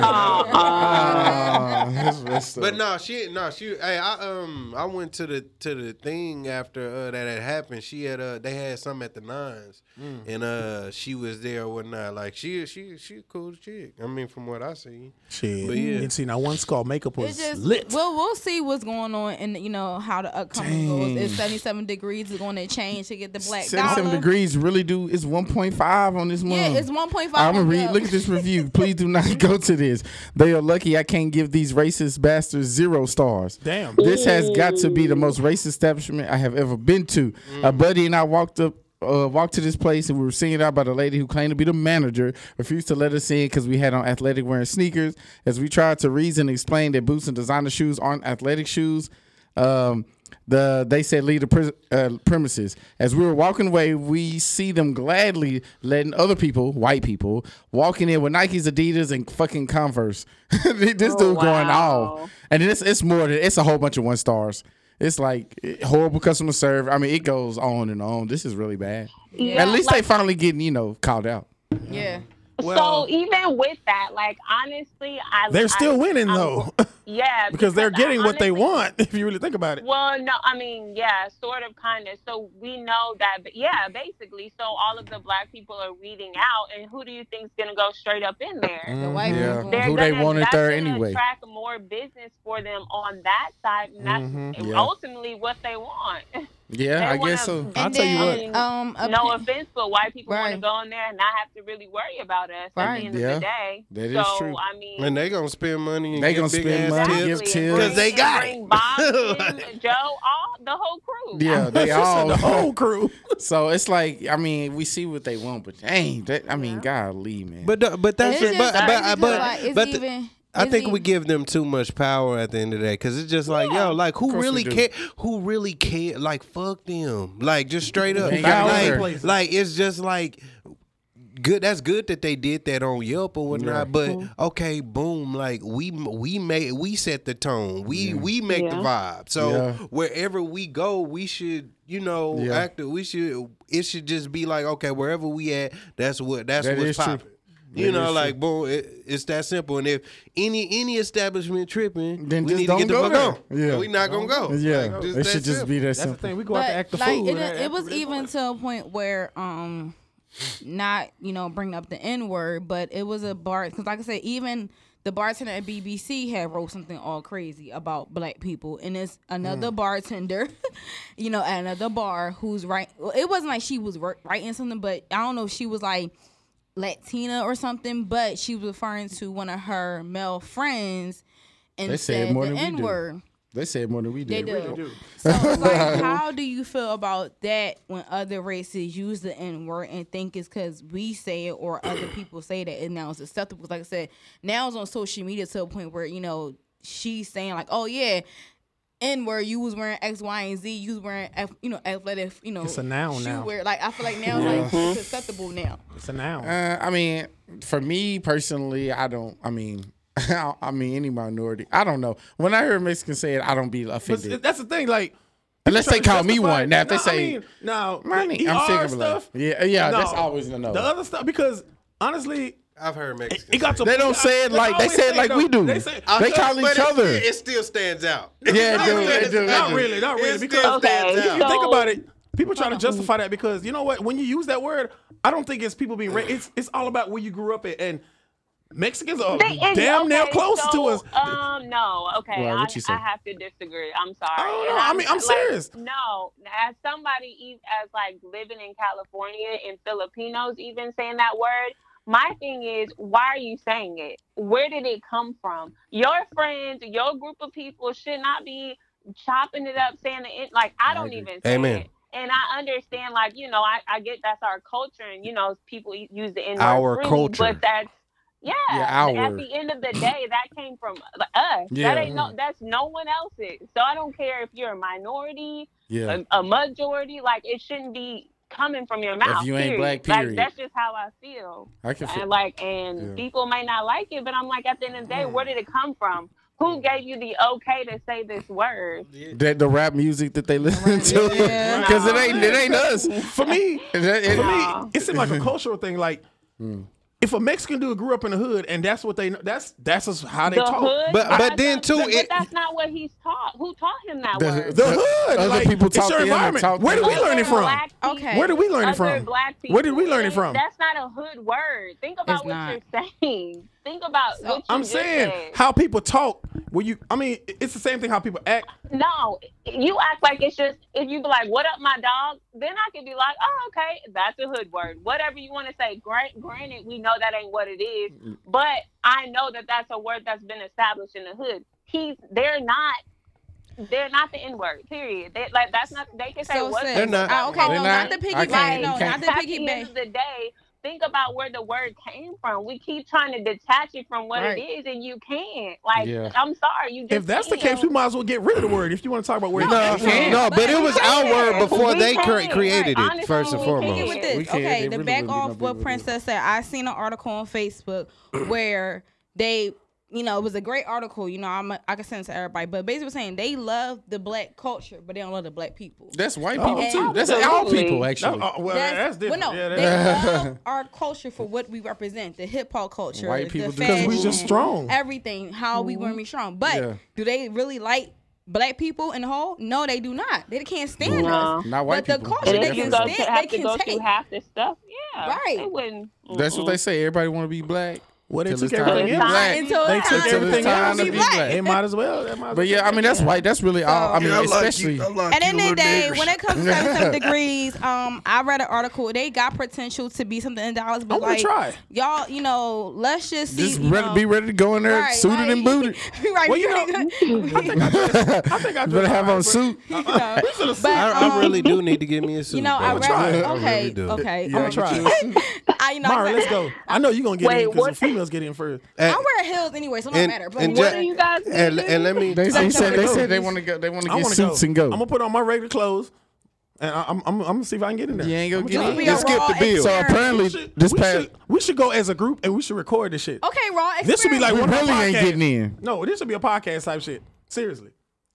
Speaker 4: Ah, that's messed up.
Speaker 6: But no, she no, she. Hey, I um, I went to the to the thing after uh, that had happened. She had uh, they had something at the nines, and uh, she was there or whatnot. Like she she she a cool chick. I mean, from what I see,
Speaker 5: Shit.
Speaker 6: But yeah.
Speaker 5: Didn't see now one skull makeup was
Speaker 2: It's just
Speaker 5: lit.
Speaker 2: well, we'll see what's going on and you know how the upcoming goes. It's seventy-seven degrees is going to change to get the black
Speaker 4: Seventy-seven
Speaker 2: dollar.
Speaker 4: degrees really do. It's one point five on this month.
Speaker 2: Yeah, it's one point five.
Speaker 4: I'm gonna read. Look at this review. Please do not go to this. They are lucky I can't give these racist bastards zero stars.
Speaker 5: Damn.
Speaker 4: This has got to be the most racist establishment I have ever been to. A buddy and I walked up. Uh, walked to this place and we were singing out by the lady who claimed to be the manager refused to let us in because we had on athletic wearing sneakers as we tried to reason and explain that boots and designer shoes aren't athletic shoes um, the they said leave the pres- uh, premises. As we were walking away, we see them gladly letting other people, white people, walking in with Nikes, Adidas, and fucking Converse. this dude going
Speaker 3: Oh, wow.
Speaker 4: off, and it's it's more than it's a whole bunch of one stars. It's like eh, horrible customer service. I mean, it goes on and on. This is really bad.
Speaker 3: Yeah,
Speaker 4: At least
Speaker 3: like-
Speaker 4: they finally getting you know called out.
Speaker 2: Yeah,
Speaker 5: Well-
Speaker 3: so even with that, like honestly, I
Speaker 5: They're still
Speaker 3: I-
Speaker 5: winning
Speaker 3: I'm-
Speaker 5: though,
Speaker 3: Yeah,
Speaker 5: because they're
Speaker 3: I
Speaker 5: getting what they
Speaker 3: honestly-
Speaker 5: want. If you really think about it.
Speaker 3: Well, no, I mean, yeah, sort of, kind of. So we know that, but yeah, basically. So all of the black people are weeding out, and who do you think's gonna go straight up in there?
Speaker 2: the white
Speaker 4: Yeah.
Speaker 2: ones going-
Speaker 3: They're
Speaker 4: Mm, Who they
Speaker 3: gonna-
Speaker 4: wanted
Speaker 3: that's
Speaker 4: there
Speaker 3: gonna
Speaker 4: anyway.
Speaker 3: Attract more business for them on that side, and that's
Speaker 4: Mhm, yeah.
Speaker 3: ultimately what they want.
Speaker 4: Yeah,
Speaker 3: They
Speaker 4: I guess so.
Speaker 3: wanna-
Speaker 5: I'll
Speaker 2: And
Speaker 5: tell you
Speaker 2: then,
Speaker 3: what.
Speaker 2: Um, a
Speaker 3: no
Speaker 2: pa-
Speaker 3: offense, but white people want to
Speaker 2: Right.
Speaker 3: go in there and not have to really worry about us
Speaker 2: Right.
Speaker 3: at the end
Speaker 4: Yeah.
Speaker 3: of the day.
Speaker 4: That
Speaker 3: so,
Speaker 4: is true.
Speaker 3: I mean,
Speaker 6: And they gonna spend money. And
Speaker 4: They
Speaker 6: get
Speaker 4: gonna
Speaker 6: big
Speaker 4: spend
Speaker 6: ass
Speaker 4: money,
Speaker 6: tips.
Speaker 4: give
Speaker 3: Exactly.
Speaker 4: tips.
Speaker 3: And
Speaker 6: 'Cause they
Speaker 3: bring-
Speaker 6: got
Speaker 3: bring
Speaker 6: it.
Speaker 3: Boston, Joe, all the whole crew.
Speaker 4: Yeah, they all
Speaker 5: the whole crew.
Speaker 4: So it's like, I mean, we see what they want, but dang, that, I mean, God leave, man.
Speaker 6: But the- but that's
Speaker 2: it's just
Speaker 6: but but
Speaker 2: like-
Speaker 6: but,
Speaker 2: it's
Speaker 6: but,
Speaker 2: just like, it's
Speaker 6: the-
Speaker 2: even-
Speaker 6: I
Speaker 2: it's
Speaker 6: think we
Speaker 2: even-
Speaker 6: give them too much power at the end of the day because it's just like yo, like who
Speaker 4: course
Speaker 6: really
Speaker 4: we do.
Speaker 6: care? Who really care? Like fuck them. Like just straight up.
Speaker 4: They got
Speaker 5: other
Speaker 6: Like,
Speaker 5: places.
Speaker 6: like it's just like good. That's good that they did that on Yelp or whatnot. But okay, boom. Like we we made we set the tone. We we make the vibe. So
Speaker 4: Yeah.
Speaker 6: wherever we go, we should. You know,
Speaker 4: Yeah.
Speaker 6: act. We should. It should just be like, okay, wherever we at, that's what that's
Speaker 4: That
Speaker 6: what's
Speaker 4: is true.
Speaker 6: popping.
Speaker 4: That
Speaker 6: You know,
Speaker 4: is
Speaker 6: like boom, it, it's that simple. And if any any establishment tripping,
Speaker 4: Then
Speaker 6: we
Speaker 4: just
Speaker 6: need
Speaker 4: don't
Speaker 6: to get
Speaker 4: go
Speaker 6: the fuck
Speaker 4: there.
Speaker 6: on.
Speaker 4: Yeah.
Speaker 6: we not gonna go.
Speaker 4: yeah,
Speaker 6: Like,
Speaker 4: it
Speaker 6: that
Speaker 4: should just
Speaker 6: simple.
Speaker 4: be that
Speaker 5: That's the
Speaker 4: simple.
Speaker 5: thing. We go out to act the
Speaker 2: like,
Speaker 5: fool.
Speaker 2: It,
Speaker 5: and act
Speaker 2: it was
Speaker 5: the real
Speaker 2: even
Speaker 5: fool.
Speaker 2: to a point where, um, not you know bringing up the N word, but it was a bar because, like I said, even the bartender at BBC had wrote something all crazy about black people, and it's
Speaker 5: Mm.
Speaker 2: another bartender, you know, at another bar who's right. well, It wasn't like she was wri- writing something, but I don't know if she was like. Latina or something, but she was referring to one of her male friends and
Speaker 4: They said
Speaker 2: said
Speaker 4: more
Speaker 2: the
Speaker 4: than we do.
Speaker 2: N word.
Speaker 4: They said more than we
Speaker 2: They
Speaker 4: did.
Speaker 2: do. So it's like, how do you feel about that when other races use the N word and think it's because we say it or other people say that and now it's acceptable? 'Cause Like I said, now it's on social media to a point where you know she's saying like, oh yeah. N word, you was wearing X, Y, and Z. You was wearing, F, you know, athletic, you know,
Speaker 5: It's a noun
Speaker 2: shoe
Speaker 5: now.
Speaker 2: Wear. Like I feel like now, like it's acceptable now.
Speaker 5: It's a noun.
Speaker 4: Uh, I mean, for me personally, I don't. I mean, I mean, any minority, I don't know. When I hear Mexicans say it, I don't be
Speaker 5: But
Speaker 4: offended
Speaker 5: that's the thing. Like
Speaker 4: unless they
Speaker 5: trying to
Speaker 4: call me
Speaker 5: justify-
Speaker 4: one. Now, if they
Speaker 5: No, I
Speaker 4: say
Speaker 5: mean, no,
Speaker 4: Money,
Speaker 5: the
Speaker 4: I'm sick
Speaker 5: ER
Speaker 4: of it.
Speaker 5: stuff.
Speaker 4: Yeah, eh, yeah,
Speaker 5: no.
Speaker 4: that's always a no.
Speaker 5: The other stuff because honestly,
Speaker 6: I've heard Mexicans.
Speaker 5: it got to.
Speaker 4: They don't
Speaker 5: I-
Speaker 4: say it like- they
Speaker 5: always
Speaker 4: say it like
Speaker 5: though,
Speaker 4: we do.
Speaker 5: They say
Speaker 4: I- they call
Speaker 6: But
Speaker 4: each
Speaker 6: it-
Speaker 4: other.
Speaker 6: It, still stands out.
Speaker 4: Yeah,
Speaker 5: Not
Speaker 4: dude,
Speaker 5: really,
Speaker 4: they do, they
Speaker 5: not
Speaker 4: do.
Speaker 5: really, not really.
Speaker 6: It
Speaker 5: Because
Speaker 6: still
Speaker 3: Okay.
Speaker 6: stands
Speaker 5: if you
Speaker 6: out.
Speaker 5: think
Speaker 3: So-
Speaker 5: about it, people try to justify that because you know what? When you use that word, I don't think it's people being. Ra- it's it's all about where you grew up at and. Mexicans are
Speaker 3: They- and-
Speaker 5: damn near
Speaker 3: okay,
Speaker 5: close
Speaker 3: so,
Speaker 5: to us.
Speaker 3: Um, no, okay,
Speaker 4: Why, what
Speaker 3: I,
Speaker 4: you say?
Speaker 3: I have to disagree. I'm sorry.
Speaker 5: I don't know.
Speaker 3: And
Speaker 5: I mean, I'm
Speaker 3: like,
Speaker 5: serious.
Speaker 3: No, as somebody e- as like living in California and Filipinos even saying that word, my thing is, why are you saying it? Where did it come from? Your friends, your group of people should not be chopping it up, saying it like I don't even say
Speaker 6: Amen.
Speaker 3: it. And I understand, like you know, I, I get that's our culture, and you know, people u- use the N word
Speaker 6: Our
Speaker 3: freely,
Speaker 6: culture.
Speaker 3: but that's yeah.
Speaker 4: Yeah,
Speaker 3: but
Speaker 4: our.
Speaker 3: At the end of the day, that came from us.
Speaker 4: Yeah.
Speaker 3: That ain't no. That's no one else's. So I don't care if you're a minority,
Speaker 4: yeah,
Speaker 3: a, a majority. Like it shouldn't be coming from your mouth.
Speaker 4: you ain't black,
Speaker 3: Like
Speaker 4: period.
Speaker 3: that's just how I feel.
Speaker 4: I can
Speaker 3: And
Speaker 4: feel.
Speaker 3: like, and people may not like it, but I'm like, at the end of the day,
Speaker 4: Mm.
Speaker 3: where did it come from? Who gave you the okay to say this word?
Speaker 4: That the rap music that they listen to,
Speaker 2: Yeah.
Speaker 4: because it ain't it ain't us.
Speaker 5: For me,
Speaker 4: It- it-
Speaker 5: for
Speaker 3: No.
Speaker 5: me, it seemed like a cultural thing. Like,
Speaker 4: Mm.
Speaker 5: if a Mexican dude grew up in the hood and that's what they know, that's that's just how they
Speaker 3: The
Speaker 5: talk.
Speaker 3: hood.
Speaker 6: But- but
Speaker 3: I-
Speaker 6: then, too,
Speaker 3: but
Speaker 6: it-
Speaker 3: that's not what he's taught. Who taught him that word?
Speaker 5: The hood,
Speaker 4: Other
Speaker 5: like,
Speaker 4: people
Speaker 5: it's
Speaker 4: talk
Speaker 5: your
Speaker 4: to him and
Speaker 5: environment.
Speaker 4: talk to
Speaker 5: Where do
Speaker 4: him.
Speaker 5: we learn it
Speaker 3: Other
Speaker 5: from?
Speaker 3: black people-
Speaker 2: Okay.
Speaker 5: Where did we learn it
Speaker 3: other
Speaker 5: from?
Speaker 3: black people.
Speaker 5: Where did we learn it
Speaker 3: Think-
Speaker 5: from?
Speaker 3: That's not a hood word. Think
Speaker 2: It's
Speaker 3: about what
Speaker 2: not.
Speaker 3: you're saying. Think about what you
Speaker 5: I'm
Speaker 3: just
Speaker 5: saying
Speaker 3: said.
Speaker 5: how people talk. When you, I mean, it's the same thing how people act.
Speaker 3: No, you act like it's just if you be like, "What up, my dog?" Then I could be like, "Oh, okay, that's a hood word. Whatever you want to say." Grant, granted, we know that ain't what it is, but I know that that's a word that's been established in the hood. He's they're not. They're not the N word. Period. They, like that's not. They can say
Speaker 2: So
Speaker 3: what.
Speaker 2: sad.
Speaker 6: They're not-
Speaker 2: Ah, okay,
Speaker 4: They're
Speaker 2: no,
Speaker 4: not-
Speaker 2: not, the
Speaker 4: I
Speaker 2: piggyback.
Speaker 4: can't-
Speaker 2: No,
Speaker 4: can't-
Speaker 2: not the
Speaker 3: at the end
Speaker 2: piggyback.
Speaker 3: of the day, think about where the word came from. We keep trying to detach it from what
Speaker 2: Right.
Speaker 3: it is, and you can't. Like,
Speaker 4: Yeah.
Speaker 3: I'm sorry, you just
Speaker 5: If that's the
Speaker 3: can't.
Speaker 5: case, we might as well get rid of the word. If you want to talk about where, it
Speaker 6: No,
Speaker 5: comes from.
Speaker 6: no, but it was our word
Speaker 3: But
Speaker 6: before
Speaker 3: we
Speaker 6: they cre-
Speaker 3: can't.
Speaker 6: created
Speaker 3: Like,
Speaker 6: it.
Speaker 3: honestly,
Speaker 6: First and
Speaker 3: we
Speaker 2: Hang it
Speaker 6: foremost,
Speaker 3: can't.
Speaker 2: with this.
Speaker 4: We can't. They
Speaker 2: Okay, the
Speaker 4: really
Speaker 2: back
Speaker 4: wouldn't be no
Speaker 2: off
Speaker 4: big
Speaker 2: what
Speaker 4: with
Speaker 2: Princess said. I seen an article on Facebook where they, you know, it was a great article. You know, I'm a, I can send it to everybody, but basically saying they love the black culture, but they don't love the black people.
Speaker 4: That's white people
Speaker 5: Oh,
Speaker 4: too. That's all
Speaker 3: absolutely.
Speaker 4: people
Speaker 5: No,
Speaker 4: actually.
Speaker 5: uh, well, that's, different.
Speaker 2: Well, no,
Speaker 5: yeah, that's,
Speaker 2: they love our culture for what we represent, the hip hop culture,
Speaker 4: White
Speaker 2: the
Speaker 4: people do
Speaker 5: because we
Speaker 2: fashion,
Speaker 5: just strong.
Speaker 2: everything, how we want to be strong. But
Speaker 4: Mm-hmm. Yeah.
Speaker 2: do they really like black people in the whole? No, they do not. They can't stand
Speaker 3: No.
Speaker 2: us.
Speaker 4: Not
Speaker 2: but
Speaker 4: white people.
Speaker 2: the culture
Speaker 3: And
Speaker 4: They
Speaker 2: they
Speaker 3: if you
Speaker 2: can
Speaker 4: definitely
Speaker 3: go
Speaker 2: stand,
Speaker 3: to
Speaker 2: they
Speaker 3: have to
Speaker 2: can
Speaker 3: go
Speaker 2: take.
Speaker 3: through half the stuff, yeah,
Speaker 2: Right.
Speaker 3: They wouldn't.
Speaker 4: That's what
Speaker 3: Mm-mm.
Speaker 4: they say. Everybody want to be black.
Speaker 5: Well, they
Speaker 4: Till
Speaker 5: took
Speaker 4: it's time to
Speaker 5: everything
Speaker 4: be
Speaker 5: in.
Speaker 3: black.
Speaker 2: Until
Speaker 5: They
Speaker 2: it's
Speaker 5: took
Speaker 2: time
Speaker 5: everything
Speaker 2: to
Speaker 5: out.
Speaker 4: time
Speaker 2: be
Speaker 4: to be
Speaker 2: black.
Speaker 4: black.
Speaker 5: It might as well. It might as
Speaker 4: But yeah, I mean that's white. That's really all. I mean,
Speaker 7: I like
Speaker 4: especially
Speaker 7: you. I like
Speaker 2: At the
Speaker 7: you,
Speaker 2: end of the
Speaker 7: little
Speaker 2: day,
Speaker 7: niggers.
Speaker 2: when it comes to 77 degrees, um, I read an article. They got potential to be something in Dallas, but
Speaker 5: I wanna
Speaker 2: like
Speaker 5: try.
Speaker 2: y'all, you know, let's just see.
Speaker 4: just
Speaker 2: you
Speaker 4: ready,
Speaker 2: know,
Speaker 4: be ready to go in there
Speaker 2: right,
Speaker 4: suited
Speaker 2: like-
Speaker 4: and booted.
Speaker 2: right,
Speaker 5: Well, you
Speaker 2: right.
Speaker 5: know, I think I
Speaker 4: Better
Speaker 5: just-
Speaker 4: have on suit.
Speaker 2: You know, but,
Speaker 6: I, I
Speaker 2: um,
Speaker 6: really do need to give me a suit.
Speaker 2: You know, I
Speaker 6: bro.
Speaker 2: read.
Speaker 5: try.
Speaker 6: I
Speaker 2: Okay,
Speaker 6: really do.
Speaker 2: okay.
Speaker 5: Yeah,
Speaker 2: um,
Speaker 5: try.
Speaker 2: I, you know, I,
Speaker 5: Mara,
Speaker 2: wear-
Speaker 5: let's go. I know you're gonna get
Speaker 3: Wait,
Speaker 5: in because the
Speaker 3: what-
Speaker 5: females get in first.
Speaker 6: And,
Speaker 2: I wear heels anyway, so it don't
Speaker 6: and,
Speaker 2: matter. But
Speaker 6: and,
Speaker 3: What
Speaker 6: ju-
Speaker 3: are you guys
Speaker 6: and,
Speaker 3: thinking?
Speaker 6: and let me.
Speaker 4: They, they said they
Speaker 5: go.
Speaker 4: said they want to go. They want to
Speaker 5: I
Speaker 4: get
Speaker 5: want to go.
Speaker 4: suits and go.
Speaker 5: I'm gonna put on my regular clothes, and I, I'm, I'm I'm gonna see if I can get in there.
Speaker 4: You ain't gonna
Speaker 5: I'ma try.
Speaker 4: get in.
Speaker 2: be
Speaker 4: Then
Speaker 2: a
Speaker 4: skip
Speaker 2: raw
Speaker 4: the bill. So
Speaker 2: experience.
Speaker 5: We
Speaker 4: apparently,
Speaker 5: should-
Speaker 4: this
Speaker 5: we
Speaker 4: past
Speaker 5: should, we should go as a group and we should record this shit.
Speaker 2: okay, raw. Experiment.
Speaker 5: This should be like
Speaker 4: we
Speaker 5: one of
Speaker 4: really
Speaker 5: our
Speaker 4: ain't
Speaker 5: podcasts.
Speaker 4: getting in.
Speaker 5: No, this should be a podcast type shit. Seriously.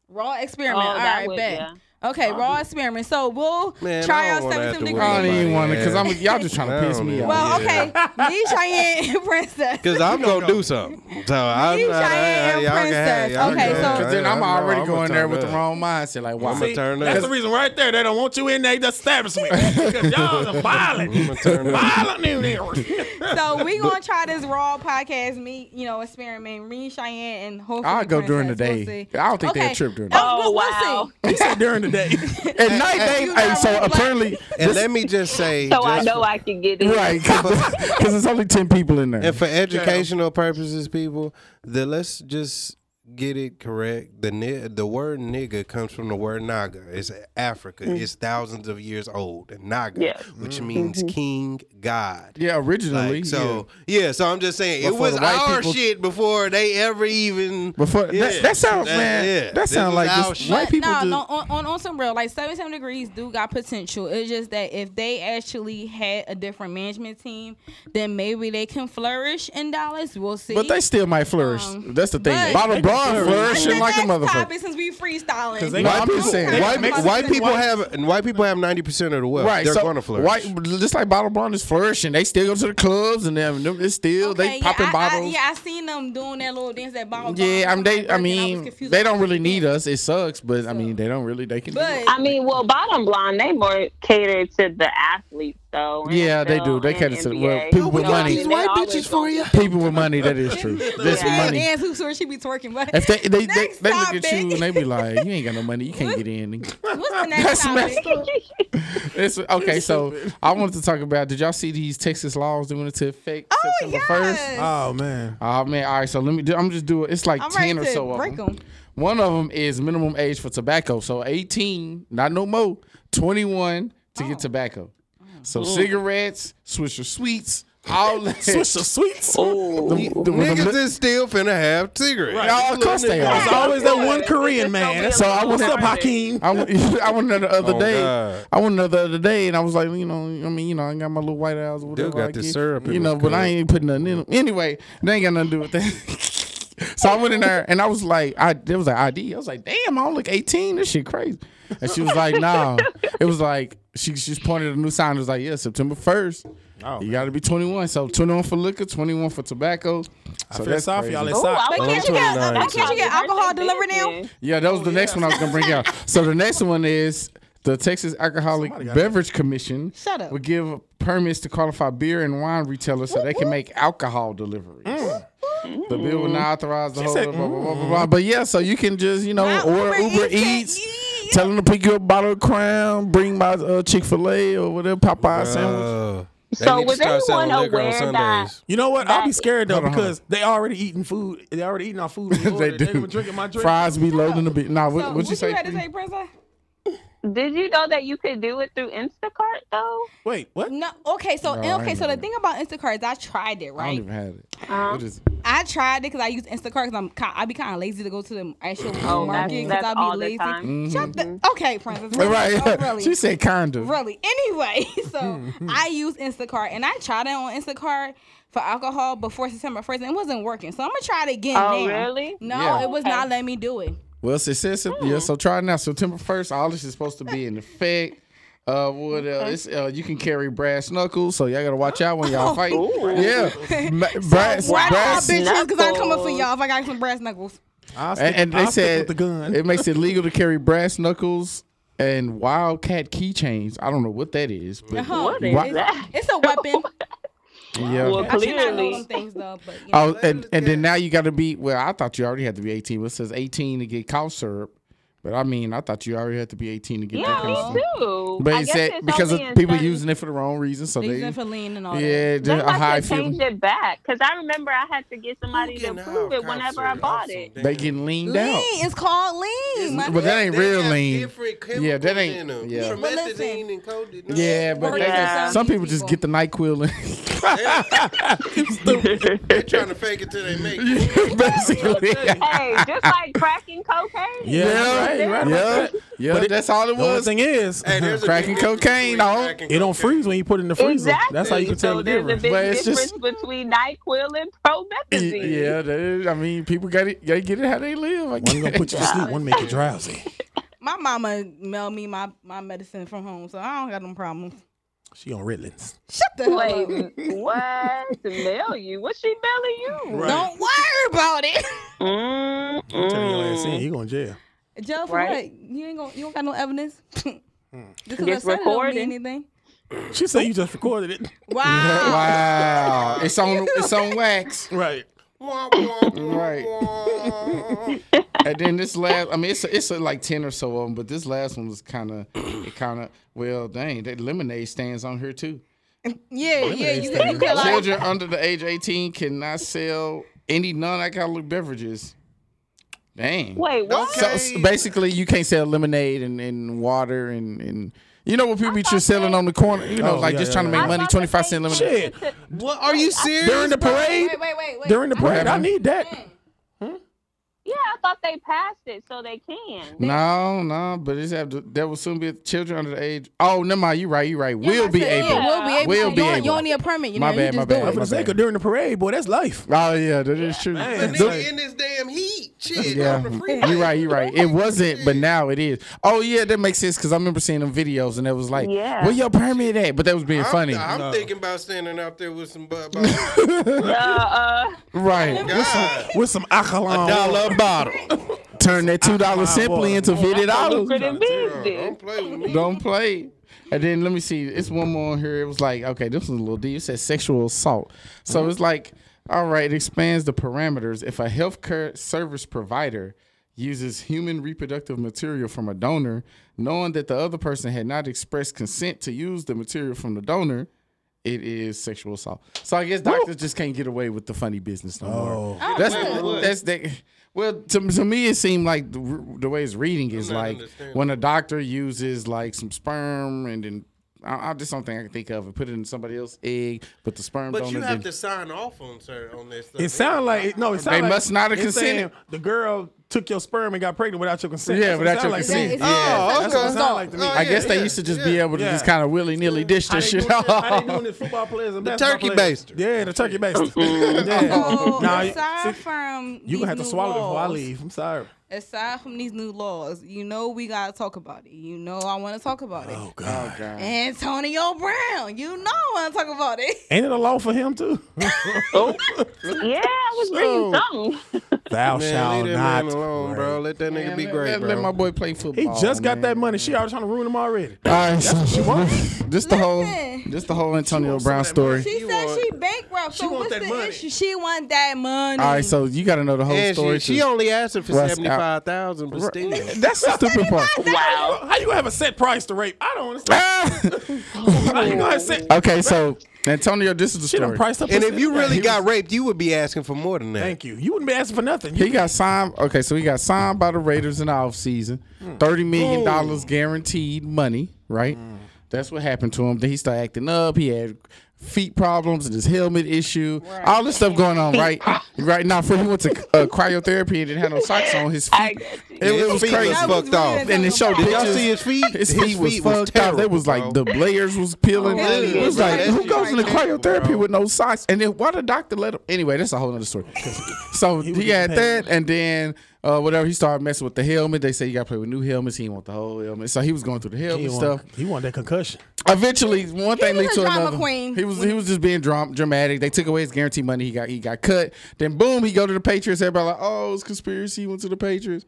Speaker 2: raw experiment.
Speaker 3: Oh,
Speaker 2: All
Speaker 3: that
Speaker 2: right,
Speaker 3: would-
Speaker 2: bet. Okay, raw experiment. So we'll
Speaker 6: Man,
Speaker 2: try
Speaker 6: I
Speaker 2: out
Speaker 6: don't wanna
Speaker 2: 77
Speaker 6: have to
Speaker 2: degrees.
Speaker 6: worry
Speaker 4: I don't even want to because
Speaker 6: Yeah.
Speaker 4: I'm y'all just trying
Speaker 6: I
Speaker 4: to piss
Speaker 6: don't
Speaker 4: me
Speaker 6: know.
Speaker 4: off.
Speaker 2: Well,
Speaker 6: Yeah.
Speaker 2: okay. Me, Cheyenne, and Princess.
Speaker 6: Cause I'm gonna do something. So I'm
Speaker 2: You
Speaker 6: not. I-
Speaker 2: Cheyenne
Speaker 6: I- y'all can have-
Speaker 2: princess.
Speaker 6: y'all
Speaker 2: Okay,
Speaker 6: can
Speaker 2: so-
Speaker 6: have-
Speaker 4: Because then I'm
Speaker 6: I know,
Speaker 4: already
Speaker 6: I'ma
Speaker 4: going there
Speaker 6: turn
Speaker 4: with the
Speaker 6: up.
Speaker 4: wrong mindset. Like, why?
Speaker 6: I'ma
Speaker 5: See,
Speaker 6: turn
Speaker 5: that's
Speaker 6: up.
Speaker 5: the reason right there. They don't want you in the establishment because y'all are violent.
Speaker 6: I'ma turn up.
Speaker 5: violent in there.
Speaker 2: So we gonna try this raw podcast meet, you know, experiment. Me, Cheyenne, and hopefully
Speaker 4: I'll go during the
Speaker 2: Princess.
Speaker 4: day.
Speaker 2: We'll see.
Speaker 4: I don't think they'll
Speaker 2: Okay.
Speaker 4: trip during the
Speaker 2: Oh,
Speaker 4: day.
Speaker 2: well,
Speaker 3: Oh,
Speaker 2: we'll
Speaker 3: wow.
Speaker 2: see.
Speaker 5: he said during the day.
Speaker 4: At night, they.
Speaker 2: you
Speaker 4: Hey,
Speaker 2: got
Speaker 4: so
Speaker 2: red flag.
Speaker 4: apparently,
Speaker 6: And let me just say,
Speaker 3: So I
Speaker 6: just
Speaker 3: know I can get in.
Speaker 4: right? Because it's only ten people in there.
Speaker 6: And for educational purposes, people, the let's just get it correct. The ni- the word nigga comes from the word naga. It's Africa. It's thousands of years old. Naga,
Speaker 3: Yeah.
Speaker 6: which means king, god.
Speaker 4: Yeah, originally.
Speaker 6: Like, so yeah. so I'm just saying
Speaker 4: Before
Speaker 6: it was
Speaker 4: the white
Speaker 6: our
Speaker 4: people-
Speaker 6: shit before they ever even
Speaker 4: yeah. before
Speaker 6: Yeah.
Speaker 4: that, that sounds
Speaker 6: That-
Speaker 4: man.
Speaker 6: yeah.
Speaker 4: That
Speaker 6: This
Speaker 4: sounds
Speaker 6: is
Speaker 4: like
Speaker 6: our
Speaker 4: this,
Speaker 6: shit.
Speaker 4: white people
Speaker 2: no,
Speaker 4: just.
Speaker 2: no, on, on, on some real, like 77 degrees do got potential. It's just that if they actually had a different management team, then maybe they can flourish in Dallas. We'll see.
Speaker 4: But they still might flourish.
Speaker 2: Um,
Speaker 4: That's the
Speaker 2: but-
Speaker 4: thing. Bottom line,
Speaker 2: What's the
Speaker 4: flourishing like a
Speaker 2: next
Speaker 4: motherfucker.
Speaker 2: topic since we freestyling.
Speaker 5: 'Cause they-
Speaker 4: No,
Speaker 5: White
Speaker 4: I'm just
Speaker 5: people-
Speaker 4: saying.
Speaker 5: they-
Speaker 4: White,
Speaker 6: white,
Speaker 5: make-
Speaker 2: Mexican
Speaker 6: white people
Speaker 2: white-
Speaker 6: have and white people have ninety percent of the wealth.
Speaker 4: Right,
Speaker 6: They're
Speaker 4: so
Speaker 6: going to flourish.
Speaker 4: white, just like bottle blonde is flourishing. They still go to the clubs and them. them- It's still they popping
Speaker 2: yeah, I- I,
Speaker 4: bottles.
Speaker 2: yeah, I seen them doing that little dance that bomb.
Speaker 4: yeah, I mean, they, I mean, they don't really need us. It sucks, but I mean, they don't really. They can. do it.
Speaker 2: But
Speaker 3: I mean, well, bottom line, they more cater to the athletes, though.
Speaker 4: Yeah, they
Speaker 3: NFL
Speaker 4: do. They
Speaker 3: and
Speaker 4: cater to-
Speaker 3: NBA.
Speaker 4: well, people with
Speaker 3: You know what I
Speaker 4: money.
Speaker 3: mean? They always gonna-
Speaker 4: People with money, that is true. That's
Speaker 2: she
Speaker 3: Yeah.
Speaker 2: ain't
Speaker 4: money.
Speaker 2: dance hoops or she be twerking. But
Speaker 4: If they they, they,
Speaker 2: Next
Speaker 4: they look at you
Speaker 2: topic.
Speaker 4: and they be like, you ain't got no money, you can't get in.
Speaker 2: what's the next
Speaker 4: That's
Speaker 2: topic?
Speaker 4: messed It's, okay, so I wanted to talk about. Did y'all see these Texas laws that went into effect
Speaker 2: Oh
Speaker 4: September
Speaker 2: yes.
Speaker 4: first?
Speaker 5: Oh man.
Speaker 4: Oh man, all right. So let me. do- I'm just do it. It's like
Speaker 2: I'm
Speaker 4: ten
Speaker 2: ready
Speaker 4: or
Speaker 2: to
Speaker 4: so of
Speaker 2: break
Speaker 4: them.
Speaker 2: 'em.
Speaker 4: One of them is minimum age for tobacco. So 18, not no more. 21 to get tobacco. So cigarettes, Swisher sweets, all that.
Speaker 5: Swish the sweets.
Speaker 4: the, the- with the
Speaker 6: niggas
Speaker 4: li-
Speaker 6: is still finna have cigarettes.
Speaker 5: Right.
Speaker 4: No, of course they are.
Speaker 5: There's always that one Korean man.
Speaker 3: It's
Speaker 5: So
Speaker 3: gonna be a
Speaker 5: I was
Speaker 3: little
Speaker 5: up, Hakeem.
Speaker 4: I went, I went there the other
Speaker 6: Oh,
Speaker 4: day.
Speaker 6: God.
Speaker 4: I went there the other day, and I was like, you know, I mean, you know, I got my little white eyes. Whatever
Speaker 6: got
Speaker 4: I
Speaker 6: the
Speaker 4: get,
Speaker 6: syrup in
Speaker 4: you know,
Speaker 6: his
Speaker 4: but I
Speaker 6: cup.
Speaker 4: ain't putting nothing in them. Anyway, they ain't got nothing to do with that. so I went in there, and I was like, I there was an ID. I was like, damn, I don't look eighteen. This shit crazy. And she was like, nah. It was like she she just pointed a new sign. It was like, yeah, September first.
Speaker 5: Oh,
Speaker 4: you got to be 21. So 21 for liquor, 21 for tobacco. So
Speaker 5: I feel
Speaker 4: that's
Speaker 5: sorry for
Speaker 4: crazy. Oh,
Speaker 5: y'all. It's
Speaker 3: Ooh, I
Speaker 5: hot.
Speaker 3: was
Speaker 2: But can't you
Speaker 6: I'm
Speaker 2: get?
Speaker 6: 29,
Speaker 2: But can't you get
Speaker 3: so-
Speaker 2: alcohol delivered now?
Speaker 4: Yeah, that was
Speaker 2: Oh,
Speaker 4: the next one I was gonna bring out. So the next one is the Texas Alcoholic
Speaker 5: got
Speaker 4: Beverage Commission.
Speaker 2: Shut up.
Speaker 4: Would give permits to qualify beer and wine retailers so they can make alcohol deliveries. The bill will not authorize the whole
Speaker 5: said,
Speaker 4: blah, blah, blah, blah, blah. But yeah, so you can just you know
Speaker 2: Now
Speaker 4: order Uber, Eats. Tell them to pick you a bottle of Crown, bring my uh, Chick Fil A or whatever Popeye sandwich.
Speaker 6: Uh, they
Speaker 3: So
Speaker 6: need to
Speaker 3: was
Speaker 6: start selling
Speaker 3: everyone
Speaker 6: liquor on
Speaker 3: aware
Speaker 6: Sundays.
Speaker 3: that-
Speaker 5: You know what? I'll be
Speaker 3: That-
Speaker 5: scared though
Speaker 4: Hold on, hold on.
Speaker 5: because they already eating food. They already eating our food. We ordered.
Speaker 4: do.
Speaker 5: They been drinking my drink.
Speaker 4: Fries be loading a bit. Nah, what, what you say?
Speaker 2: had to
Speaker 4: Queen?
Speaker 2: say, Princess?
Speaker 3: Did you know that you could do it through Instacart though?
Speaker 5: Wait, what?
Speaker 2: No. Okay. So
Speaker 4: No, I
Speaker 2: okay.
Speaker 4: ain't
Speaker 2: So
Speaker 4: know
Speaker 2: the
Speaker 4: that.
Speaker 2: thing about Instacart is I tried it.
Speaker 4: I
Speaker 2: Right.
Speaker 4: don't even have it.
Speaker 2: Uh-huh.
Speaker 4: What is it?
Speaker 2: I tried it because I use Instacart because I'm ki- I be kind of lazy to go to the actual
Speaker 3: Oh, that's,
Speaker 2: market because
Speaker 3: that's
Speaker 2: I be
Speaker 3: all
Speaker 2: lazy.
Speaker 3: the time.
Speaker 2: Shut the okay, Princess. Really,
Speaker 4: Mm-hmm. Right.
Speaker 2: oh, really,
Speaker 4: She said kind of.
Speaker 2: really. Anyway, so I use Instacart and I tried it on Instacart for alcohol before September first and it wasn't working. So I'm gonna try it again.
Speaker 3: Oh,
Speaker 2: now.
Speaker 3: really?
Speaker 2: No,
Speaker 4: Yeah.
Speaker 2: it was not letting me do it.
Speaker 4: Well, it says it-
Speaker 5: Hmm.
Speaker 4: yeah. So try it now. September first, all this is supposed to be in effect. Uh, what uh, it's, uh, you can carry brass knuckles, so y'all gotta watch out when
Speaker 5: Oh,
Speaker 4: y'all fight. Yeah, Ma- brass,
Speaker 2: Why
Speaker 4: brass.
Speaker 2: y'all bitches? Because I'm coming for
Speaker 3: knuckles.
Speaker 2: y'all if I got some brass knuckles.
Speaker 5: I'll stick,
Speaker 4: And, and they
Speaker 5: I'll stick
Speaker 4: said
Speaker 5: with the gun.
Speaker 4: it makes it legal to carry brass knuckles and wildcat keychains. I don't know what that is, but
Speaker 2: Huh.
Speaker 3: What is
Speaker 4: Why-
Speaker 3: that?
Speaker 2: It's a weapon.
Speaker 4: Yeah.
Speaker 3: Well,
Speaker 2: I cannot know
Speaker 3: clearly,
Speaker 2: some things though, but you know.
Speaker 4: Oh, and, and then now you got to be. Well, I thought you already had to be 18. Well, it says 18 to get cough syrup, but I mean, I thought you already had to be 18 to get that kind
Speaker 3: yeah,
Speaker 4: of
Speaker 3: me
Speaker 4: stuff.
Speaker 3: too.
Speaker 4: But
Speaker 3: I
Speaker 4: it
Speaker 3: guess
Speaker 4: said
Speaker 3: it's
Speaker 4: because of
Speaker 3: only in
Speaker 4: people
Speaker 3: certain-
Speaker 4: using it for the wwrong reason, so they
Speaker 2: They're for lean and all
Speaker 4: yeah,
Speaker 3: They
Speaker 4: just a
Speaker 3: must
Speaker 4: high
Speaker 3: have
Speaker 4: feeling.
Speaker 3: changed it back because I remember I had to get somebody to
Speaker 6: Fucking
Speaker 3: approve
Speaker 6: hell,
Speaker 3: it whenever I
Speaker 6: cops are
Speaker 3: bought
Speaker 6: awesome.
Speaker 3: it.
Speaker 4: They getting leaned
Speaker 2: that.
Speaker 4: out.
Speaker 2: Lean, it's called lean. my
Speaker 4: But that
Speaker 2: nigga.
Speaker 4: ain't
Speaker 6: They
Speaker 4: real
Speaker 6: have
Speaker 4: lean.
Speaker 6: different
Speaker 4: Yeah, that
Speaker 6: chemicals
Speaker 4: ain't-
Speaker 6: in 'em.
Speaker 4: yeah.
Speaker 2: But listen.
Speaker 6: Promethazine and codeine. No.
Speaker 5: Oh,
Speaker 4: Yeah, but
Speaker 2: Working
Speaker 4: they
Speaker 3: Yeah.
Speaker 4: just, some people
Speaker 2: these
Speaker 4: just get
Speaker 2: people.
Speaker 4: the Nyquil and
Speaker 6: they trying to fake it till they make it.
Speaker 4: basically.
Speaker 3: hey, just like cracking cocaine.
Speaker 5: Yeah, right, right about
Speaker 4: yeah,
Speaker 5: that.
Speaker 4: yeah.
Speaker 5: But it-
Speaker 4: that's all it
Speaker 5: The only
Speaker 4: was.
Speaker 5: thing is,
Speaker 6: Hey, there's a
Speaker 4: Cracking
Speaker 6: big difference
Speaker 4: cocaine,
Speaker 6: between
Speaker 4: dog.
Speaker 6: cracking
Speaker 5: it don't
Speaker 6: cocaine.
Speaker 5: freeze when you put it in the freezer.
Speaker 3: Exactly.
Speaker 5: That's how you can tell
Speaker 3: so
Speaker 5: the
Speaker 3: there's
Speaker 5: difference.
Speaker 3: a big
Speaker 4: But it's
Speaker 3: difference
Speaker 4: just-
Speaker 3: between NyQuil and promethazine.
Speaker 4: Yeah, that- I mean, people got it. They get it how they live. I
Speaker 5: One gonna
Speaker 4: guess.
Speaker 5: put you to sleep, one make you drowsy.
Speaker 2: My mama mail me my, my medicine from home, so I don't got no problems.
Speaker 5: She on Ritalin.
Speaker 2: Shut the hell up.
Speaker 3: Wait, what? Mail you? What's she mailing you?
Speaker 2: Don't worry about it.
Speaker 3: Mm,
Speaker 5: I'm telling your ass in,
Speaker 3: mm.
Speaker 5: you going to jail.
Speaker 2: Joe, for what?
Speaker 3: Right.
Speaker 2: You ain't gonna, you don't got no evidence. Just 'cause
Speaker 3: It's
Speaker 2: I said it don't
Speaker 3: recorded.
Speaker 2: mean anything.
Speaker 5: She said you just recorded it.
Speaker 2: Wow.
Speaker 4: Wow, it's on it's on wax.
Speaker 5: Right.
Speaker 6: Wah, wah, wah,
Speaker 4: Right.
Speaker 6: wah.
Speaker 4: And then this last, I mean, it's it's like ten or so of them, but this last one was kind of, it kind of, well, dang, that lemonade stands on here too.
Speaker 2: Yeah, yeah.
Speaker 5: Lemonade
Speaker 2: You
Speaker 5: stand.
Speaker 2: could, you could like
Speaker 4: Children under the age of eighteen cannot sell any non-alcoholic beverages. Dang.
Speaker 3: Wait, what?
Speaker 4: So, so basically, you can't sell lemonade and, and water and, and you know what people be just selling on the corner. You know,
Speaker 5: Oh,
Speaker 4: like
Speaker 5: yeah,
Speaker 4: just
Speaker 5: yeah,
Speaker 4: trying to
Speaker 5: yeah.
Speaker 4: make
Speaker 3: I'm
Speaker 4: money,
Speaker 3: about to
Speaker 4: twenty five
Speaker 3: say
Speaker 4: cent lemonade.
Speaker 5: Shit.
Speaker 6: What are you serious?
Speaker 5: During the parade?
Speaker 2: Wait, wait, wait, wait.
Speaker 5: During the parade? I
Speaker 4: happened?
Speaker 5: need that.
Speaker 3: Yeah, I thought they passed it so they can.
Speaker 4: No, no, but it's have to, there will soon be children under the age. Oh, never mind. You right. You right. we'll be able.
Speaker 2: We'll be able. you
Speaker 4: We'll be
Speaker 2: don't- You
Speaker 4: able.
Speaker 2: don't need a permit. You
Speaker 4: My
Speaker 2: know,
Speaker 4: bad,
Speaker 2: You
Speaker 4: my
Speaker 2: just do
Speaker 4: bad.
Speaker 5: I'm
Speaker 2: it.
Speaker 5: for the sake of during the parade, boy, that's life.
Speaker 4: Oh yeah, that is true.
Speaker 6: But
Speaker 5: Man.
Speaker 4: Dude,
Speaker 6: nigga, in this damn heat, shit.
Speaker 4: yeah,
Speaker 6: on the freeway.
Speaker 4: you're right. You're right. It wasn't, but now it is. Oh yeah, that makes sense because I remember seeing them videos and it was like,
Speaker 3: Yeah.
Speaker 4: "Where your permit at?" But that was being
Speaker 6: I'm,
Speaker 4: funny,
Speaker 6: I'm
Speaker 5: No.
Speaker 6: thinking about standing out there with some. bu- bu-
Speaker 3: Uh, uh,
Speaker 4: right?
Speaker 6: God.
Speaker 5: With some alkaline.
Speaker 4: dollar bottle. Turn that two dollars simply into fifty dollars.
Speaker 3: lucrative business.
Speaker 6: Don't play with me.
Speaker 4: Don't play. And then let me see. It's one more on here. It was like, okay, this was a little deep. It said sexual assault. So it's like, all right, it expands the parameters. If a healthcare service provider uses human reproductive material from a donor, knowing that the other person had not expressed consent to use the material from the donor, it is sexual assault. So I guess doctors just can't get away with the funny business no more.
Speaker 5: Oh.
Speaker 4: That's
Speaker 2: Wait,
Speaker 4: that's that. Well, to, to me, it seemed like the, the way it's reading is
Speaker 6: not
Speaker 4: like
Speaker 6: understanding.
Speaker 4: when a doctor uses like some sperm and then I, I just something I can think of and put it in somebody else's egg, but the sperm
Speaker 6: But
Speaker 4: donor
Speaker 6: you have
Speaker 4: didn't-
Speaker 6: to sign off on sir on this. Stuff.
Speaker 5: It sounds like it- no. It sound
Speaker 4: They
Speaker 5: like
Speaker 4: must not have
Speaker 5: it's saying
Speaker 4: consented.
Speaker 5: The girl took your sperm and got pregnant without your consent.
Speaker 4: Yeah,
Speaker 5: That's what it
Speaker 4: without
Speaker 5: sound
Speaker 4: your
Speaker 5: like to
Speaker 4: consent.
Speaker 5: me.
Speaker 4: Yeah.
Speaker 6: Oh,
Speaker 5: That's what it
Speaker 6: okay.
Speaker 5: sound like to me.
Speaker 6: Oh,
Speaker 4: I guess they
Speaker 6: yeah,
Speaker 4: used to just
Speaker 6: yeah,
Speaker 4: be able to
Speaker 5: yeah.
Speaker 4: just kind of willy nilly dish
Speaker 5: How
Speaker 4: this
Speaker 5: they
Speaker 4: shit
Speaker 5: doing this- How they
Speaker 4: off.
Speaker 5: doing this football players and
Speaker 6: The
Speaker 5: basketball
Speaker 6: turkey
Speaker 5: players.
Speaker 6: baster. Oh,
Speaker 5: Yeah, the turkey baster. yeah.
Speaker 2: So,
Speaker 5: Nah,
Speaker 2: aside
Speaker 5: see,
Speaker 2: from
Speaker 5: you
Speaker 2: these
Speaker 5: gonna have to
Speaker 2: new
Speaker 5: swallow it before I
Speaker 2: laws-
Speaker 5: leave. I'm sorry.
Speaker 2: Aside from these new laws, you know we gotta talk about it. You know I want to talk about it.
Speaker 5: Oh God.
Speaker 2: Antonio Brown, you know I want to talk about it.
Speaker 5: Ain't it a law for him too?
Speaker 3: Yeah, I was reading
Speaker 5: So-
Speaker 3: something.
Speaker 5: Thou
Speaker 6: Man,
Speaker 5: shalt
Speaker 6: leave that
Speaker 5: not.
Speaker 6: man alone, bro. Let that nigga be great,
Speaker 4: let,
Speaker 6: bro.
Speaker 4: let my boy play football.
Speaker 5: He just got
Speaker 4: man.
Speaker 5: that money. She already trying to ruin him already.
Speaker 4: All right, so, this the whole
Speaker 2: Listen.
Speaker 4: this the whole Antonio
Speaker 6: wants
Speaker 4: Brown
Speaker 6: some
Speaker 4: story.
Speaker 6: of that money.
Speaker 2: She
Speaker 6: You
Speaker 2: said
Speaker 6: want-
Speaker 2: she bankrupt. So
Speaker 5: want
Speaker 2: what's
Speaker 5: that
Speaker 2: the
Speaker 5: money.
Speaker 2: issue? She want that money.
Speaker 4: All right, so you got to know the whole
Speaker 6: And
Speaker 4: story.
Speaker 6: she, she
Speaker 4: to-
Speaker 6: only asked him for
Speaker 4: Russ out.
Speaker 6: seventy five thousand, but still.
Speaker 4: That's the stupid part.
Speaker 3: Wow.
Speaker 5: How you gonna have a set price to rape? I don't understand. How you gonna have set?
Speaker 4: okay, so Antonio, this is the
Speaker 5: She done
Speaker 4: story.
Speaker 5: priced up.
Speaker 6: And
Speaker 5: her
Speaker 6: if you
Speaker 5: set.
Speaker 6: really
Speaker 5: He was-
Speaker 6: got raped, you would be asking for more than that.
Speaker 5: thank you. You wouldn't be asking for nothing.
Speaker 4: He got signed. Okay, so he got signed by the Raiders in the offseason. Thirty million dollars guaranteed money, right? That's what happened to him. Then he started acting up. He had feet problems and his helmet issue. All this stuff going on, right? Right now, for he went to uh, cryotherapy and didn't have no socks on. His
Speaker 3: I
Speaker 4: feet,
Speaker 3: get you.
Speaker 4: it, it was
Speaker 6: feet
Speaker 4: crazy.
Speaker 6: was
Speaker 2: That was
Speaker 6: fucked off.
Speaker 2: really
Speaker 4: And it showed
Speaker 2: Did
Speaker 6: Did y'all
Speaker 4: pictures.
Speaker 6: see his feet?
Speaker 4: His feet, was, fucked up. It was like the layers was peeling.
Speaker 2: Oh,
Speaker 4: it was
Speaker 2: bro.
Speaker 4: like
Speaker 2: That
Speaker 4: who
Speaker 2: shit
Speaker 4: goes into
Speaker 6: terrible,
Speaker 4: cryotherapy
Speaker 6: bro.
Speaker 4: with no socks? And then why the doctor let him? Anyway, that's a whole other story. So he,
Speaker 5: was
Speaker 4: had
Speaker 5: getting paid.
Speaker 4: that, and then uh, whatever he started messing with the helmet. They say you got to play with new helmets. He didn't want the whole helmet, so he was going through the helmet
Speaker 5: He
Speaker 4: stuff.
Speaker 5: want, he want that concussion.
Speaker 4: Eventually, one thing
Speaker 2: was
Speaker 4: leads
Speaker 2: a
Speaker 4: to
Speaker 2: drama
Speaker 4: another.
Speaker 2: queen.
Speaker 4: He was he was just being dram- dramatic. They took away his guarantee money. He got he got cut. Then boom, he go to the Patriots. Everybody like, oh, it's conspiracy. He went to the Patriots,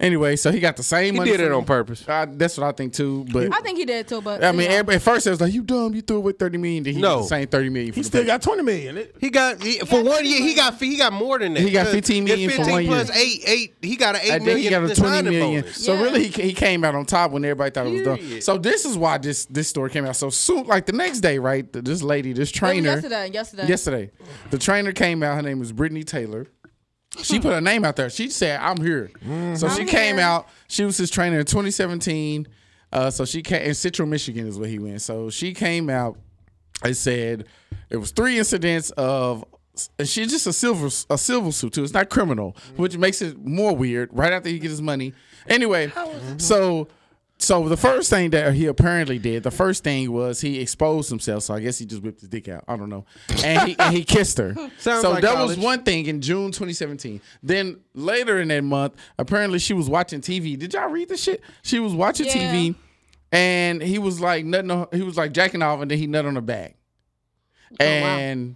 Speaker 4: Anyway, so he got the same.
Speaker 6: He
Speaker 4: money
Speaker 6: did
Speaker 4: for
Speaker 6: it
Speaker 4: me.
Speaker 6: on purpose.
Speaker 4: I, that's what I think too. But
Speaker 2: I think he did too, but
Speaker 4: I mean,
Speaker 2: you know,
Speaker 4: everybody, at first it was like you dumb. You threw away thirty million. Then he
Speaker 6: No.
Speaker 4: got the same thirty million. For
Speaker 5: He
Speaker 4: the
Speaker 5: still
Speaker 4: baby.
Speaker 5: got twenty million. It-
Speaker 6: He got he, for one year. He got he got more than that.
Speaker 4: He got
Speaker 6: Cause
Speaker 4: 15 million
Speaker 6: it's
Speaker 4: for one
Speaker 6: plus
Speaker 4: year.
Speaker 6: eight eight. He got an eight
Speaker 4: And then he
Speaker 6: million
Speaker 4: got a twenty
Speaker 6: signing
Speaker 4: million.
Speaker 6: bonus.
Speaker 4: So
Speaker 2: Yeah.
Speaker 4: really, he, he came out on top when everybody thought it was done.
Speaker 6: Period.
Speaker 4: So this is why this this story came out so soon. Like the next day, right? th- This lady, this
Speaker 2: it was
Speaker 4: trainer,
Speaker 2: yesterday, yesterday.
Speaker 4: yesterday, the trainer came out. Her name was Brittany Taylor. She put her name out there. She said, "I'm here." So she
Speaker 2: I'm
Speaker 4: came
Speaker 2: here.
Speaker 4: out. She was his trainer in 2017. Uh, so she came in Central Michigan is where he went. So she came out. and said it was three incidents of. And she's just a silver a civil suit too. It's not criminal, which makes it more weird. Right after he gets his money, anyway. So so the first thing that he apparently did, the first thing was he exposed himself. So I guess he just whipped his dick out. I don't know. And he, and he kissed her.
Speaker 6: Sounds
Speaker 4: so
Speaker 6: like
Speaker 4: that
Speaker 6: college.
Speaker 4: was one thing in June 2017. Then later in that month, apparently she was watching TV. Did y'all read this shit? She was watching
Speaker 2: Yeah.
Speaker 4: TV, and he was like nutting. On, he was like jacking off, and then he nut on her back. And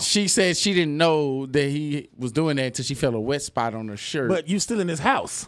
Speaker 4: she said she didn't know that he was doing that until she felt a wet spot on her shirt.
Speaker 5: But you still in his house.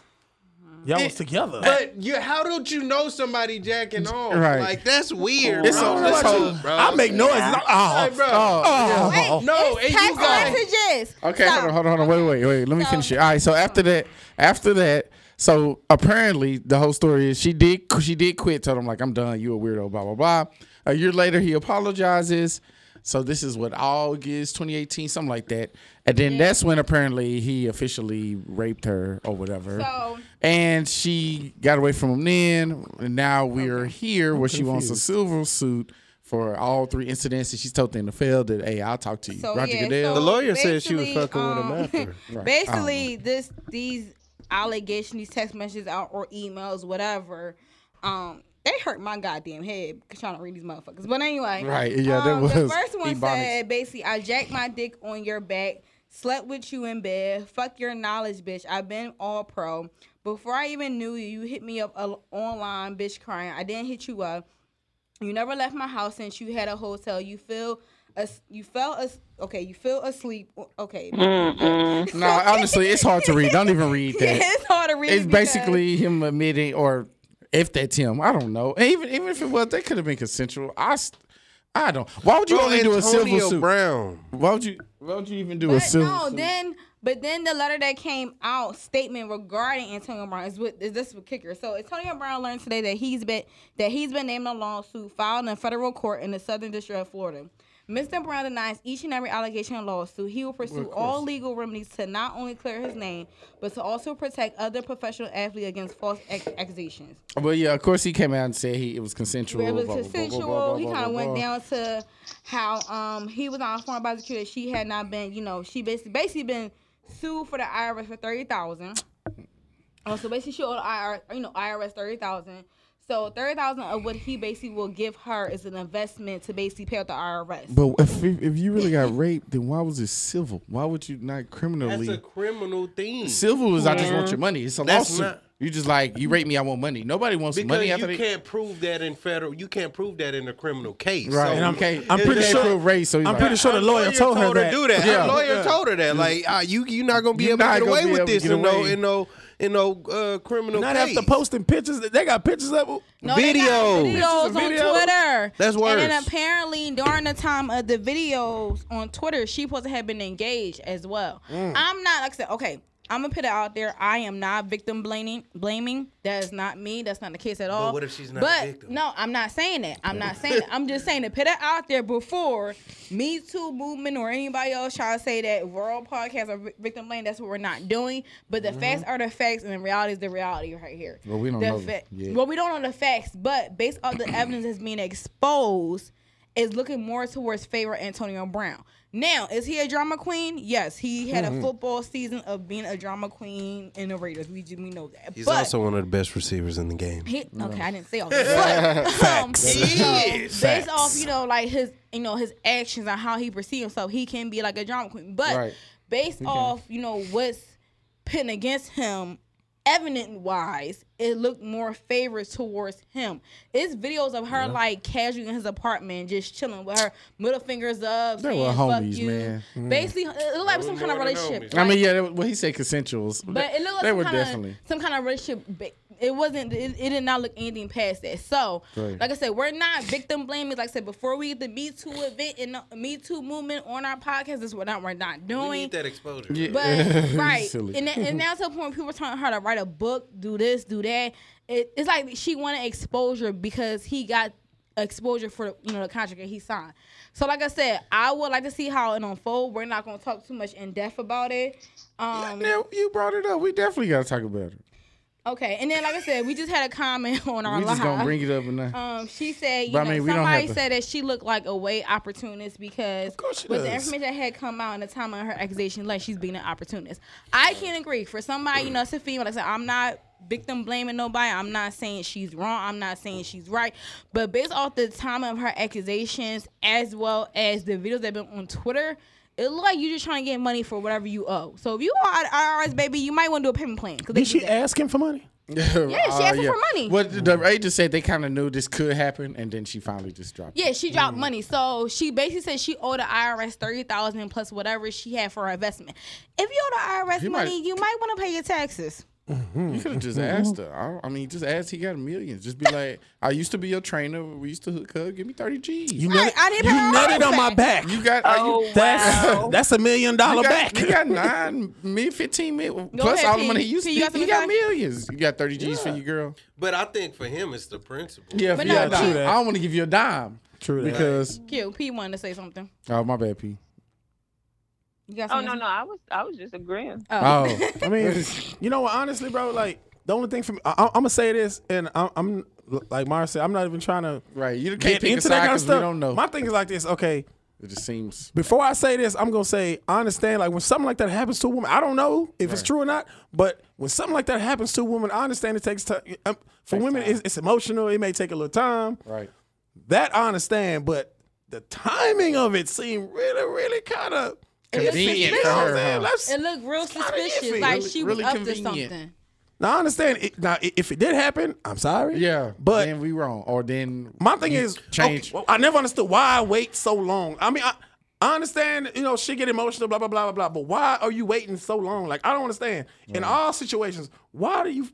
Speaker 5: Y'all was
Speaker 4: It-
Speaker 5: together.
Speaker 6: But you, how don't you know somebody jacking off?
Speaker 4: Right.
Speaker 6: Like that's weird.
Speaker 4: It's
Speaker 6: bro.
Speaker 4: on- it's
Speaker 6: Like,
Speaker 4: on-
Speaker 6: bro.
Speaker 5: I make noises.
Speaker 6: Like,
Speaker 5: Oh,
Speaker 6: bro.
Speaker 5: oh,
Speaker 2: Wait,
Speaker 6: No,
Speaker 2: it's
Speaker 6: and you
Speaker 2: text
Speaker 6: got-
Speaker 2: messages.
Speaker 4: Okay,
Speaker 2: Stop.
Speaker 4: hold on, hold on, hold on. Wait, wait, wait. Let me
Speaker 2: So-
Speaker 4: finish it. All right. So after that, after that, so apparently the whole story is she did she did quit. Told him like I'm done. You a weirdo. Blah blah blah. A year later, he apologizes. So this is what August 2018, something like that. And then that's when apparently he officially raped her or whatever.
Speaker 2: So-
Speaker 4: and she got away from him then. And now we're here where she wants a silver suit. For all three incidents, and she's told them to fail that, hey, I'll talk to you.
Speaker 2: So,
Speaker 4: Roger
Speaker 2: yeah,
Speaker 4: Goodell.
Speaker 6: The lawyer said she was
Speaker 2: basically, um,
Speaker 6: fucking with him after.
Speaker 4: Right.
Speaker 2: Basically, this these allegations, these text messages out or emails, whatever, um, they hurt my goddamn head trying to read these motherfuckers. But anyway,
Speaker 4: Right, yeah, that
Speaker 2: um, the
Speaker 4: was
Speaker 2: first one
Speaker 4: ebonics.
Speaker 2: said basically, I jacked my dick on your back, slept with you in bed, fuck your knowledge, bitch. I've been all pro. Before I even knew you, you hit me up al- online, bitch, crying. I didn't hit you up. You never left my house since you had a hotel. You feel, as, you fell, as, okay, you feel asleep. Okay,
Speaker 4: No, honestly, it's hard to read. Don't even read that.
Speaker 2: it's hard to read.
Speaker 4: it's
Speaker 2: because-
Speaker 4: basically him admitting, or if that's him, I don't know. And even even if it was, that could have been consensual. I, st- I don't. Why would you
Speaker 6: Bro,
Speaker 4: only do a silver
Speaker 6: Antonio
Speaker 4: suit?
Speaker 6: Brown.
Speaker 4: Why would you? Why would you even do a
Speaker 2: But
Speaker 4: silver
Speaker 2: no,
Speaker 4: suit?
Speaker 2: then but then the letter that came out statement regarding Antonio Brown is what is this what kicker. So Antonio Brown learned today that he's been that he's been named in a lawsuit filed in federal court in the Southern District of Florida. Mr. Brown denies each and every allegation and lawsuit. He will pursue all legal remedies to not only clear his name, but to also protect other professional athletes against false ac- accusations.
Speaker 4: But yeah, of course he came out and said he it was consensual.
Speaker 2: Where it was
Speaker 4: blah, blah, blah, blah,
Speaker 2: consensual.
Speaker 4: blah,
Speaker 2: he
Speaker 4: blah,
Speaker 2: kind of
Speaker 4: blah,
Speaker 2: went
Speaker 4: blah.
Speaker 2: down to how um he was on a former prosecutor. She had not been, you know, she basically basically been sued for the IRS for thirty thousand. Oh, so basically she owed the IRS, you know, IRS thirty thousand. So thirty thousand of what he basically will give her is an investment to basically pay out the IRS.
Speaker 4: But if, if if you really got raped, then why was it civil? Why would you not criminally?
Speaker 6: That's a criminal thing.
Speaker 4: civil is I just want your money. It's a
Speaker 6: That's
Speaker 4: lawsuit.
Speaker 6: not-
Speaker 4: you just like you rape me, I want money. Nobody wants
Speaker 6: Because
Speaker 4: money
Speaker 6: you
Speaker 4: after they.
Speaker 6: can't prove that in federal, you can't prove that in a criminal case.
Speaker 4: Right,
Speaker 6: So
Speaker 4: and I'm,
Speaker 5: okay.
Speaker 4: I'm
Speaker 5: It-
Speaker 4: pretty
Speaker 5: they
Speaker 4: sure
Speaker 5: prove
Speaker 4: race. So
Speaker 5: I'm pretty sure the lawyer told her that. Mm-hmm.
Speaker 6: do that.
Speaker 4: Yeah.
Speaker 6: Her lawyer told her that. Like ah, you, you're not gonna be
Speaker 4: You
Speaker 6: able to
Speaker 4: not
Speaker 6: get
Speaker 4: gonna
Speaker 6: away
Speaker 4: be
Speaker 6: with
Speaker 4: able to
Speaker 6: this
Speaker 4: get
Speaker 6: in no,
Speaker 4: away.
Speaker 6: in no, in no uh, criminal
Speaker 5: Not
Speaker 6: case.
Speaker 5: after posting pictures. They got pictures of it.
Speaker 2: No, they got
Speaker 6: Videos.
Speaker 2: videos on
Speaker 5: Video?
Speaker 2: Twitter.
Speaker 6: That's
Speaker 2: And then
Speaker 6: worse.
Speaker 2: apparently during the time of the videos on Twitter, she supposed to have been engaged as well. I'm not like I said, okay. I'm gonna put it out there. I am not victim blaming. Blaming that is not me. That's not the case at all.
Speaker 6: what if she's not a
Speaker 2: But
Speaker 6: victim?
Speaker 2: no, I'm not saying that. I'm not saying. that. I'm just saying to put it out there before Me Too movement or anybody else try to say that we're all podcasts are vi- victim blaming. That's what we're not doing. But the facts are the facts, and the reality is the reality right here.
Speaker 4: Well, we don't
Speaker 2: The
Speaker 4: know
Speaker 2: fa-
Speaker 4: yet.
Speaker 2: Well, we don't know the facts, but based on the evidence that's being exposed, is looking more towards favor Antonio Brown. Now, is he a drama queen? Yes, he had
Speaker 6: Mm-hmm.
Speaker 2: a football season of being a drama queen in the Raiders. We ju- we know that.
Speaker 6: He's
Speaker 2: but
Speaker 6: also one of the best receivers in the game.
Speaker 2: he, okay, I didn't say all that. But, um,
Speaker 6: Yes.
Speaker 2: so based off, you know, like his, you know, his actions and how he perceives himself, he can be like a drama queen. But
Speaker 4: Right.
Speaker 2: based off, you know, what's pitting against him evident wise, it looked more favored towards him. It's videos of her like casually in his apartment, just chilling with her middle fingers up,
Speaker 4: They
Speaker 2: saying
Speaker 4: were
Speaker 2: "fuck
Speaker 4: homies,
Speaker 2: you."
Speaker 4: man. Mm.
Speaker 2: Basically, it looked like some kind of
Speaker 6: more than
Speaker 2: relationship.
Speaker 6: homies.
Speaker 4: I mean, yeah, that was, well, he said consensuals.
Speaker 2: But it looked like
Speaker 4: they
Speaker 2: some
Speaker 4: were
Speaker 2: kinda,
Speaker 4: definitely.
Speaker 2: some kind of relationship. ba- It wasn't. It, it did not look anything past that. So,
Speaker 4: Right.
Speaker 2: like I said, we're not victim blaming. Like I said, before we get the Me Too event and the Me Too movement on our podcast, this is what not we're not
Speaker 6: We
Speaker 2: doing.
Speaker 6: need that exposure.
Speaker 4: Yeah.
Speaker 2: But right,
Speaker 4: Silly.
Speaker 2: and, that, and now to the point where people are telling her to write a book, do this, do that. It, it's like she wanted exposure because he got exposure for you know the contract that he signed. So like I said, I would like to see how it unfolds. We're not going to talk too much in depth about it. Um,
Speaker 4: Yeah, you brought it up. We definitely got to talk about it.
Speaker 2: Okay, and then like I said, we just had a comment on our
Speaker 4: we
Speaker 2: live.
Speaker 4: just gonna bring it up and then.
Speaker 2: um, she said, you
Speaker 4: But I
Speaker 2: know,
Speaker 4: mean, we don't
Speaker 2: somebody
Speaker 4: have to-
Speaker 2: said that she looked like a way opportunist because
Speaker 5: course she
Speaker 2: with the
Speaker 5: does.
Speaker 2: information that had come out in the time of her accusation, like she's being an opportunist. I can agree for somebody, you know, it's a female. Like I said, I'm not victim blaming nobody. I'm not saying she's wrong. I'm not saying she's right. But based off the time of her accusations, as well as the videos that have been on Twitter. It look like you just trying to get money for whatever you owe. So if you are IRS baby, you might want to do a payment plan. 'cause they
Speaker 5: Did she
Speaker 2: do that.
Speaker 5: ask him for money?
Speaker 4: Oh, yeah,
Speaker 2: she asked him for money.
Speaker 4: Well, the- the agent said they kind of knew this could happen, and then she finally just dropped. it.
Speaker 2: Yeah, she dropped
Speaker 4: Mm.
Speaker 2: money. So she basically said she owed the IRS thirty thousand plus whatever she had for her investment. If you owe the IRS
Speaker 4: You
Speaker 2: money,
Speaker 4: might-
Speaker 2: you might want to pay your taxes.
Speaker 4: You could have just asked her. I, don't- I mean, just ask. He got millions. Just be like, I used to be your trainer. We used to hook up. Give me thirty G's.
Speaker 5: You
Speaker 4: You,
Speaker 5: nutted,
Speaker 2: I didn't
Speaker 5: you
Speaker 2: pay her
Speaker 5: nutted on my
Speaker 2: back.
Speaker 5: back.
Speaker 4: got. are you-
Speaker 3: Oh,
Speaker 4: you
Speaker 5: That's
Speaker 3: wow.
Speaker 5: that's a million dollar
Speaker 4: got-
Speaker 5: back.
Speaker 4: you got nine, mid fifteen mil plus
Speaker 2: ahead,
Speaker 4: all the
Speaker 2: P.
Speaker 4: money he used.
Speaker 2: P,
Speaker 4: to
Speaker 2: you
Speaker 4: he,
Speaker 2: got
Speaker 4: he
Speaker 2: something
Speaker 4: got
Speaker 2: to say?
Speaker 4: millions. You got thirty G's for your girl.
Speaker 6: But I think for him, it's the principle.
Speaker 4: Yeah,
Speaker 2: But
Speaker 4: for
Speaker 2: no,
Speaker 4: your
Speaker 2: P-
Speaker 4: dime.
Speaker 5: True that.
Speaker 4: I don't want to give you a dime
Speaker 5: True that.
Speaker 4: because
Speaker 2: Q P wanted to say something.
Speaker 4: oh my bad, P.
Speaker 2: You got
Speaker 3: Oh
Speaker 2: something
Speaker 3: no,
Speaker 2: to
Speaker 3: no, I was I was just agreeing.
Speaker 4: Oh,
Speaker 5: I mean, you know what? Honestly, bro, like the only thing from I, I'm gonna say this, and I'm, I'm like Mara said, I'm not even trying to
Speaker 4: right. You can't
Speaker 5: get
Speaker 4: pick a
Speaker 5: into that
Speaker 4: side
Speaker 5: kind of
Speaker 4: because we
Speaker 5: stuff.
Speaker 4: don't know.
Speaker 5: My thing is like this. Okay,
Speaker 4: it just seems
Speaker 5: before I say this, I'm gonna say I understand. Like when something like that happens to a woman, I don't know if it's true or not, but when something like that happens to a woman, I understand it takes time. Um, for women, it's, it's emotional. It may take a little time.
Speaker 4: right.
Speaker 5: That I understand, but the timing of it seemed really, really kind of
Speaker 4: Convenient
Speaker 5: You
Speaker 4: for
Speaker 5: know what I'm
Speaker 4: her,
Speaker 5: saying?
Speaker 4: huh?
Speaker 5: Let's-
Speaker 2: It looked real
Speaker 5: kinda
Speaker 2: suspicious,
Speaker 5: iffy.
Speaker 2: like
Speaker 5: Really-
Speaker 2: she
Speaker 4: really
Speaker 2: was up to
Speaker 4: convenient.
Speaker 2: something.
Speaker 5: Now I understand. It, now, i- if it did happen, I'm sorry.
Speaker 4: Yeah,
Speaker 5: but
Speaker 4: then we wrong, or then
Speaker 5: my thing
Speaker 4: you
Speaker 5: is,
Speaker 4: change.
Speaker 5: okay, well, I never understood why I wait so long. I mean, I, I understand, you know, she get emotional, blah blah blah blah blah. But why are you waiting so long? Like, I don't understand. In all situations, why do you?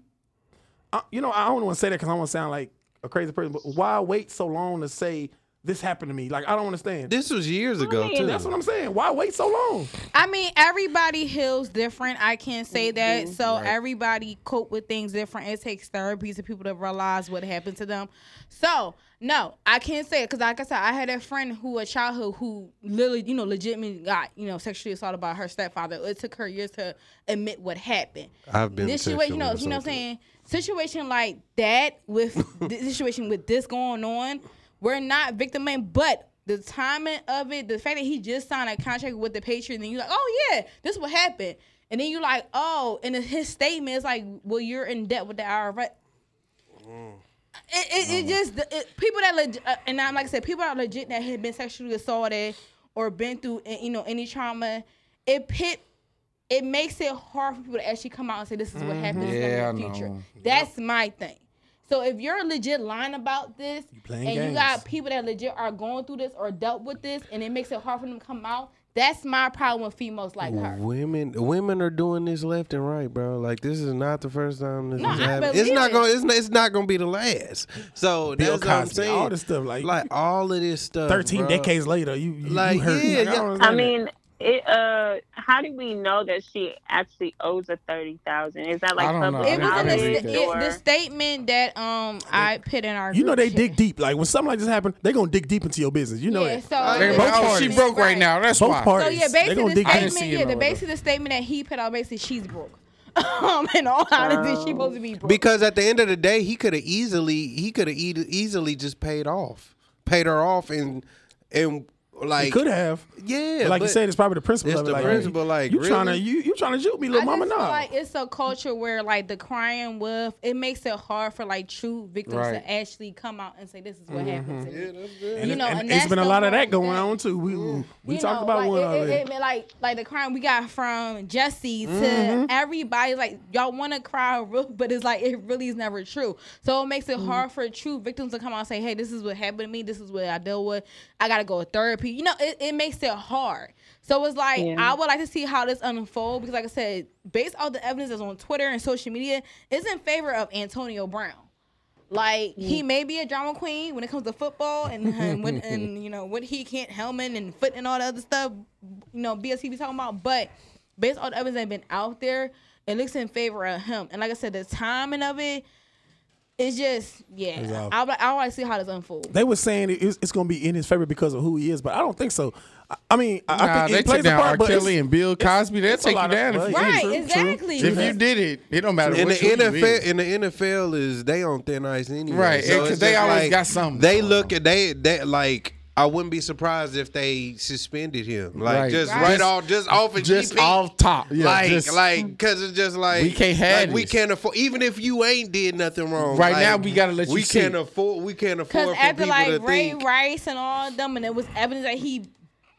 Speaker 5: I, you know, I don't want to say that because I want to sound like a crazy person. But why wait so long to say this happened to me? Like, I don't understand.
Speaker 6: This was years ago
Speaker 3: mean,
Speaker 6: too.
Speaker 5: That's what I'm saying. Why wait so long?
Speaker 2: I mean, everybody heals different. I can't say that. So everybody cope with things different. It takes therapy to people to realize what happened to them. So no, I can't say it because, like I said, I had a friend who a childhood who literally, you know, legitimately got you know sexually assaulted by her stepfather. It took her years to admit what happened.
Speaker 6: I've been
Speaker 2: this
Speaker 6: sexually
Speaker 2: situation, you know, you know, what I'm saying situation like that with this situation with this going on, we're not victim blaming, but the timing of it, the fact that he just signed a contract with the Patriots, and you're like, oh yeah, this will happen, and then you're like, oh, and then his statement is like, well, you're in debt with the IRS. It, it,
Speaker 4: Mm.
Speaker 2: it just the- it, people that leg- uh, and I'm like I said, people that legit that have been sexually assaulted or been through eh, you know any trauma, it pit it makes it hard for people to actually come out and say this is what happened this is gonna be
Speaker 4: Mm-hmm. Yeah, I
Speaker 2: the future.
Speaker 4: know.
Speaker 2: That's my thing. So if you're legit lying about this, and
Speaker 5: playing
Speaker 2: you got
Speaker 5: games.
Speaker 2: people that legit are going through this or dealt with this, and it makes it hard for them to come out, that's my problem with females like her.
Speaker 6: Women, women are doing this left and right, bro. Like this is not the first time this
Speaker 2: No,
Speaker 6: is
Speaker 2: I
Speaker 6: happening.
Speaker 2: believe
Speaker 6: It's not
Speaker 2: it.
Speaker 6: gonna, it's not, it's not gonna be the last. So
Speaker 5: Bill
Speaker 6: that's what I'm
Speaker 5: Cosby,
Speaker 6: saying.
Speaker 5: all this stuff, like-
Speaker 6: like all of this stuff.
Speaker 5: Thirteen
Speaker 6: bro.
Speaker 5: decades later, you, you
Speaker 6: Like,
Speaker 5: you hurt.
Speaker 6: yeah,
Speaker 5: Like, I
Speaker 6: yeah.
Speaker 5: don't
Speaker 3: I
Speaker 5: understand that.
Speaker 3: mean, it uh how do we know that she actually owes a thirty thousand? Is that like
Speaker 4: I don't know.
Speaker 3: public
Speaker 4: I
Speaker 2: It was in the,
Speaker 4: didn't
Speaker 3: knowledge?
Speaker 4: agree
Speaker 2: sta-
Speaker 4: with
Speaker 2: it-
Speaker 3: or-
Speaker 2: the statement that um I put in our
Speaker 5: You know
Speaker 2: group
Speaker 5: they
Speaker 2: chat.
Speaker 5: dig deep. Like when something like this happens, they're gonna dig deep into your business. You know
Speaker 2: Yeah,
Speaker 5: that.
Speaker 2: so uh,
Speaker 4: They
Speaker 6: Yeah,
Speaker 4: both
Speaker 6: both
Speaker 4: parties. Oh, She broke right now. That's
Speaker 5: Both
Speaker 4: why.
Speaker 5: parties.
Speaker 2: So yeah,
Speaker 5: They
Speaker 2: basically
Speaker 5: gonna
Speaker 2: the
Speaker 5: dig deep.
Speaker 4: I didn't see
Speaker 2: statement,
Speaker 4: it
Speaker 2: yeah, the
Speaker 4: nowhere, though.
Speaker 2: basically the statement that he put out basically she's broke. um, in all honesty, she supposed to be broke.
Speaker 6: Because at the end of the day, he could have e-, easily he could have easily just paid off, paid her off, and and Like
Speaker 5: You could have.
Speaker 6: Yeah,
Speaker 5: But like you
Speaker 6: but-
Speaker 5: said, it's probably the principle.
Speaker 6: It's
Speaker 5: of it.
Speaker 6: the
Speaker 5: like,
Speaker 6: principle, like,
Speaker 5: you trying to
Speaker 6: really?
Speaker 5: you you trying to shoot me, little
Speaker 2: I
Speaker 5: mama.
Speaker 2: just feel
Speaker 5: Nah.
Speaker 2: like it's a culture where like the crying wolf, it makes it hard for like true victims
Speaker 4: Right.
Speaker 2: to actually come out and say this is what
Speaker 5: Mm-hmm.
Speaker 2: happened to me.
Speaker 5: and,
Speaker 2: you know,
Speaker 5: and
Speaker 2: and
Speaker 5: it's
Speaker 2: that's
Speaker 5: been a
Speaker 2: the
Speaker 5: lot of
Speaker 2: whole
Speaker 5: that going
Speaker 2: thing.
Speaker 5: on too. We we
Speaker 2: You
Speaker 5: talked
Speaker 2: know,
Speaker 5: about
Speaker 2: like,
Speaker 5: one
Speaker 2: it- it,
Speaker 5: already.
Speaker 2: it, like like the crime we got from Jesse to
Speaker 5: Mm-hmm.
Speaker 2: everybody. Like y'all want to cry, real- but it's like it really is never true. So it makes it
Speaker 5: Mm-hmm.
Speaker 2: hard for true victims to come out and say, "Hey, this is what happened to me. This is what I dealt with. I gotta go to therapy." You know, it, it makes it hard. So it's like
Speaker 3: Yeah.
Speaker 2: I would like to see how this unfold because, like I said, based off the evidence that's on Twitter and social media, is in favor of Antonio Brown. Like he
Speaker 5: Mm.
Speaker 2: may be a drama queen when it comes to football and and, when, and you know what he can't helmet and foot and all the other stuff, you know BS he be talking about. But based on the evidence that been out there, it looks in favor of him. And like I said, the timing of it, it's just yeah.
Speaker 5: It's off.
Speaker 2: I would- I want to see how this unfolds.
Speaker 5: they were saying it- it's, it's going to be in his favor because of who he is, but I don't think so. I, I mean, I, I
Speaker 4: Nah,
Speaker 5: think
Speaker 4: they
Speaker 5: it plays
Speaker 4: took
Speaker 5: a
Speaker 4: down
Speaker 5: part,
Speaker 4: R.
Speaker 5: but
Speaker 4: Kelly
Speaker 5: it's-
Speaker 4: and Bill Cosby. They'll
Speaker 5: it's a
Speaker 4: take you
Speaker 5: lot of-
Speaker 4: down if
Speaker 5: well,
Speaker 4: you
Speaker 5: yeah,
Speaker 2: right,
Speaker 4: did
Speaker 5: true, true.
Speaker 2: exactly.
Speaker 4: it. If you did it, it don't matter
Speaker 6: in the
Speaker 4: what you
Speaker 6: NFL,
Speaker 4: did.
Speaker 6: in the NFL is they on thin ice anyway,
Speaker 4: Right,
Speaker 6: So
Speaker 4: because
Speaker 6: it's
Speaker 4: they
Speaker 6: just
Speaker 4: always
Speaker 6: like,
Speaker 4: got something
Speaker 6: They
Speaker 4: going
Speaker 6: look at they that like. I wouldn't be surprised if they suspended him, like
Speaker 4: Right.
Speaker 6: just
Speaker 4: Right.
Speaker 6: right,
Speaker 4: Just-
Speaker 6: off, just off, of
Speaker 4: Just
Speaker 6: GP.
Speaker 4: off top, yeah,
Speaker 6: like,
Speaker 4: just-
Speaker 6: like, because it's just like
Speaker 4: We can't have
Speaker 6: like, we
Speaker 4: this.
Speaker 6: can't afford. Even if you ain't did nothing wrong,
Speaker 4: Right
Speaker 6: like,
Speaker 4: now, we gotta let you
Speaker 6: We
Speaker 4: see.
Speaker 6: can't afford. We can't afford
Speaker 2: Because
Speaker 6: for
Speaker 2: after
Speaker 6: people to
Speaker 2: like Ray
Speaker 6: think.
Speaker 2: Rice and all them, and it was evidence that he,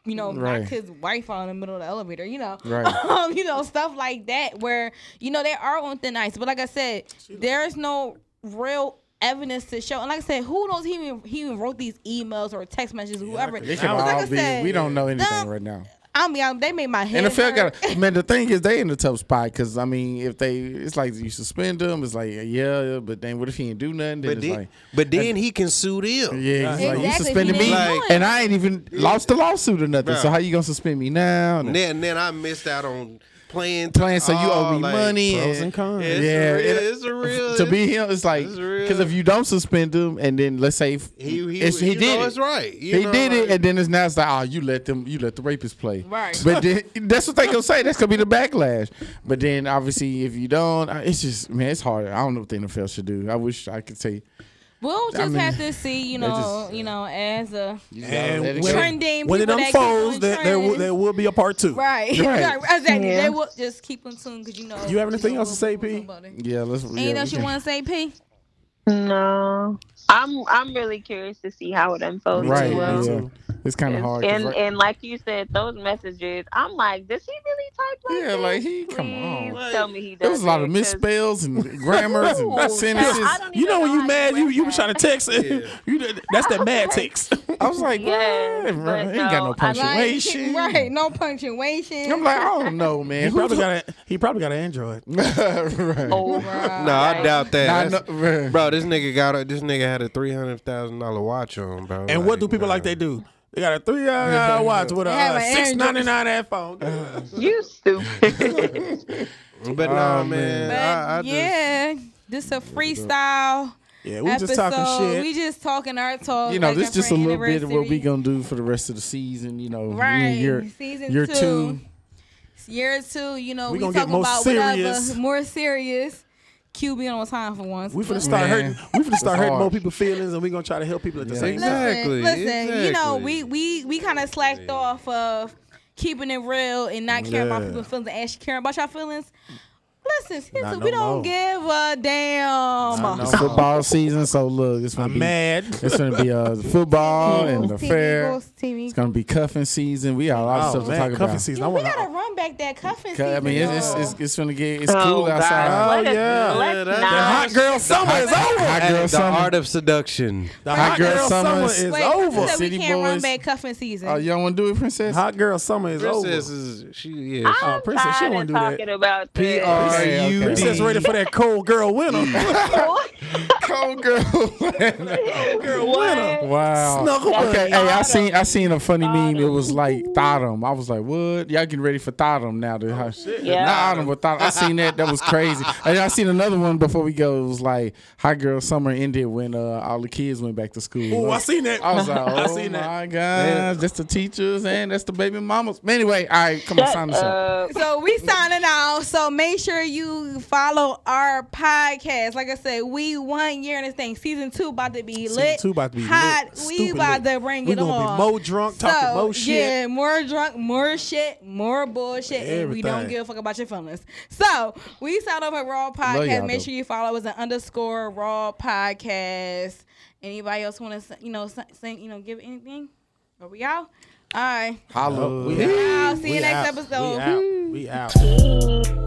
Speaker 2: you know,
Speaker 4: Right.
Speaker 2: knocked his wife out in the middle of the elevator, you know,
Speaker 4: Right.
Speaker 2: um, you know, stuff like that, where you know they are on thin ice. But like I said, there is no real evidence to show. And like I said, who knows? He even, he even wrote these emails or text messages, whoever.
Speaker 4: They can
Speaker 2: Because like I
Speaker 4: all be.
Speaker 2: said,
Speaker 4: We don't know anything
Speaker 2: them-
Speaker 4: right now.
Speaker 2: I mean, I- they made my head. hurt.
Speaker 4: NFL got man. The thing is, they in the tough spot because I mean, if they, it's like you suspend them. It's like yeah, yeah, but then what if he didn't do nothing? Then
Speaker 6: But
Speaker 4: it's
Speaker 6: then,
Speaker 4: like
Speaker 6: but then he can sue them.
Speaker 4: yeah, it's like you
Speaker 2: Exactly,
Speaker 4: suspended
Speaker 2: he
Speaker 4: me,
Speaker 2: didn't
Speaker 6: do it.
Speaker 4: and I ain't even lost the lawsuit or nothing. So
Speaker 6: Bruh.
Speaker 4: how you gonna suspend me now?
Speaker 6: And then, then I missed out on playing.
Speaker 4: Playing so you owe
Speaker 6: all,
Speaker 4: me
Speaker 6: like,
Speaker 4: money.
Speaker 5: pros and cons.
Speaker 6: It's
Speaker 4: yeah,
Speaker 6: a real,
Speaker 4: it-
Speaker 6: it's a real.
Speaker 4: to be him, it's like
Speaker 6: it's real.
Speaker 4: because if you don't suspend him, and then let's say if-
Speaker 6: He- he-
Speaker 4: it's- he
Speaker 6: you
Speaker 4: did
Speaker 6: know
Speaker 4: it.
Speaker 6: it's right. You
Speaker 4: he
Speaker 6: know,
Speaker 4: did it,
Speaker 6: like-
Speaker 4: and then it's now it's like oh, you let them, you let the rapist play.
Speaker 2: Right.
Speaker 4: But then that's what they gonna say. That's gonna be the backlash. But then obviously, if you don't, I- it's just man, it's hard. I don't know what the NFL should do. I wish I could say.
Speaker 2: We'll just
Speaker 4: I mean,
Speaker 2: have to see, you
Speaker 4: they
Speaker 2: know,
Speaker 4: just-
Speaker 2: you know, as a
Speaker 5: and
Speaker 4: Let
Speaker 5: when,
Speaker 4: it go.
Speaker 2: Trending
Speaker 5: when it
Speaker 2: people that keep
Speaker 5: unfolds,
Speaker 2: on
Speaker 5: there, there, will,
Speaker 2: trends.
Speaker 5: there will be a part two.
Speaker 2: Right.
Speaker 4: Right.
Speaker 2: Right, Exactly.
Speaker 3: Yeah.
Speaker 2: They will just keep in tune because you know.
Speaker 5: You have anything
Speaker 2: know
Speaker 5: else to say,
Speaker 2: what we're
Speaker 5: P?
Speaker 2: talking about there.
Speaker 4: Yeah, let's. yeah,
Speaker 2: Anything
Speaker 4: we
Speaker 2: else you
Speaker 4: can-
Speaker 2: want to say, P?
Speaker 3: No, I'm I'm really curious to see how it unfolds.
Speaker 4: Right.
Speaker 3: as well.
Speaker 4: yeah. It's kind of
Speaker 3: And,
Speaker 4: hard. 'cause
Speaker 3: and,
Speaker 4: right-
Speaker 3: and like you said, those messages, I'm like, does he really type like
Speaker 4: Yeah,
Speaker 3: that?
Speaker 4: like, he- come
Speaker 3: Please
Speaker 4: on.
Speaker 3: tell me he does.
Speaker 4: there was a lot of
Speaker 3: that, 'cause-
Speaker 4: misspells and grammars
Speaker 3: Ooh,
Speaker 4: and
Speaker 3: child,
Speaker 4: sentences.
Speaker 3: I don't
Speaker 5: You
Speaker 3: even
Speaker 5: know when you
Speaker 3: how
Speaker 5: mad, you
Speaker 3: read
Speaker 5: you be
Speaker 3: that.
Speaker 5: trying to text.
Speaker 6: Yeah.
Speaker 5: you did- that's that mad text.
Speaker 4: I was like,
Speaker 3: Yes,
Speaker 4: man,
Speaker 3: but
Speaker 4: ain't got no
Speaker 3: no, I like-
Speaker 4: punctuation.
Speaker 2: Right. No punctuation.
Speaker 4: I'm like, I don't know, man.
Speaker 5: he
Speaker 4: Who
Speaker 5: probably got a, he probably got an Android.
Speaker 4: right.
Speaker 3: Oh,
Speaker 2: Bruh.
Speaker 6: No, I doubt that.
Speaker 4: Nah,
Speaker 6: That's-
Speaker 4: no, bruh.
Speaker 6: bro, this nigga got a, this nigga had a three hundred thousand dollar watch on, bro.
Speaker 5: And what do people like they do? They got a three hundred dollar watch with a
Speaker 2: They have
Speaker 5: uh,
Speaker 2: an
Speaker 5: six
Speaker 2: Android.
Speaker 5: ninety nine ad phone.
Speaker 3: you stupid.
Speaker 6: But nah,
Speaker 4: Oh, man.
Speaker 6: man.
Speaker 2: But
Speaker 6: I, I just,
Speaker 2: yeah, just a freestyle.
Speaker 5: Yeah, we
Speaker 2: episode.
Speaker 5: just talking shit.
Speaker 2: We just talking our talk.
Speaker 4: You know,
Speaker 2: like
Speaker 4: this
Speaker 2: a
Speaker 4: just a
Speaker 2: friend
Speaker 4: little bit of what we
Speaker 2: anniversary.
Speaker 4: gonna do for the rest of the season. You know,
Speaker 2: Right.
Speaker 4: You're,
Speaker 2: Season
Speaker 4: you're
Speaker 2: two.
Speaker 4: two.
Speaker 2: Year two, you know,
Speaker 5: We
Speaker 2: we,
Speaker 5: gonna get
Speaker 2: talking
Speaker 5: more
Speaker 2: about
Speaker 5: serious.
Speaker 2: whatever, more serious. QB on time for once.
Speaker 5: We finna
Speaker 2: But-
Speaker 5: start
Speaker 4: Man,
Speaker 5: hurting. We finna start hurting
Speaker 4: hard.
Speaker 5: more people's feelings, and we gonna try to help people at the
Speaker 4: Yeah.
Speaker 5: same time.
Speaker 6: Exactly,
Speaker 2: Listen, listen, you know,
Speaker 6: exactly.
Speaker 2: we we we kind of slacked off of keeping it real and not caring about
Speaker 5: Yeah.
Speaker 2: people's feelings and actually caring about your feelings. Listen,
Speaker 5: Not
Speaker 2: listen,
Speaker 5: no
Speaker 2: we don't
Speaker 5: more.
Speaker 2: give a damn.
Speaker 5: Not no-
Speaker 4: Football season, so look, it's gonna
Speaker 5: I'm
Speaker 4: be
Speaker 5: mad.
Speaker 4: it's gonna be uh football and the
Speaker 2: Team
Speaker 4: fair.
Speaker 2: Eagles, team
Speaker 4: It's
Speaker 2: Eagles.
Speaker 4: gonna be cuffing season. We got a lot of
Speaker 5: Oh
Speaker 4: stuff
Speaker 5: man,
Speaker 4: to talk
Speaker 5: cuffing
Speaker 4: about.
Speaker 5: season.
Speaker 2: Yeah,
Speaker 5: I
Speaker 2: we
Speaker 5: want.
Speaker 2: gotta run back that cuffing
Speaker 4: Cu-
Speaker 2: season.
Speaker 4: I mean, it's
Speaker 2: though.
Speaker 4: it's, it's, it's gonna get it's
Speaker 3: Oh,
Speaker 4: cool
Speaker 3: God.
Speaker 4: outside.
Speaker 5: Oh
Speaker 3: Let us-
Speaker 5: yeah,
Speaker 3: let's
Speaker 6: The
Speaker 5: the
Speaker 3: not-
Speaker 5: hot girl summer is over.
Speaker 4: Hot girl
Speaker 6: the
Speaker 4: summer.
Speaker 6: art of seduction.
Speaker 5: The
Speaker 4: Hot girl summer is-
Speaker 5: is
Speaker 2: Wait,
Speaker 5: over.
Speaker 2: So
Speaker 4: City
Speaker 2: we can't run
Speaker 4: Boys.
Speaker 2: back cuffing season.
Speaker 4: Oh, y'all wanna do it, princess?
Speaker 5: Hot girl summer is
Speaker 6: Princess
Speaker 5: over.
Speaker 6: is she yeah. she-
Speaker 5: Oh,
Speaker 3: I'm
Speaker 5: Princess, she
Speaker 3: tired
Speaker 5: won't
Speaker 3: of
Speaker 5: do that.
Speaker 3: talking about
Speaker 6: P
Speaker 3: this.
Speaker 6: R
Speaker 4: Okay, okay.
Speaker 6: U D.
Speaker 5: Princess ready for that cold girl winter.
Speaker 4: Cold girl.
Speaker 3: What?
Speaker 4: Wow.
Speaker 5: Snuggle
Speaker 4: Okay,
Speaker 5: buddy.
Speaker 4: hey, I seen I
Speaker 3: Thottum.
Speaker 4: seen a funny meme. It was
Speaker 3: Thottum.
Speaker 4: like Thottum. I was like, what? Y'all getting ready for Thottum now?
Speaker 5: Oh,
Speaker 4: To,
Speaker 3: Yeah.
Speaker 4: Not Autumn, but Thottum. I seen that. That was crazy. And I seen another one before we go. It was like Hot Girl Summer ended when uh, all the kids went back to school.
Speaker 5: Ooh, I seen that.
Speaker 4: I was like, oh
Speaker 5: I seen that.
Speaker 4: my gosh, that's the teachers and that's the baby mamas. But anyway, all right, come on, sign us up.
Speaker 3: Uh,
Speaker 2: So we signing out. So make sure you follow our podcast. Like I said, we want premiere this thing. Season two about to be
Speaker 5: Season
Speaker 2: lit.
Speaker 5: two about to be
Speaker 2: hot.
Speaker 5: lit.
Speaker 2: We
Speaker 5: Stupid
Speaker 2: about
Speaker 5: lit.
Speaker 2: to bring
Speaker 5: We
Speaker 2: it
Speaker 5: gonna be
Speaker 2: on.
Speaker 5: more drunk, talking more shit.
Speaker 2: Yeah, more drunk, more shit, more bullshit, and we don't
Speaker 5: Everything.
Speaker 2: give a fuck about your feelings. So we signed off at Raw
Speaker 4: y'all,
Speaker 2: Podcast. Make
Speaker 4: though.
Speaker 2: sure you follow us at underscore Raw Podcast. Anybody else want to you know s- sing you know give anything? Are we out? All right.
Speaker 4: Holla.
Speaker 5: We
Speaker 2: Y'all, see you
Speaker 5: We
Speaker 2: next
Speaker 5: out.
Speaker 2: episode.
Speaker 5: We out. We out.
Speaker 3: Peace.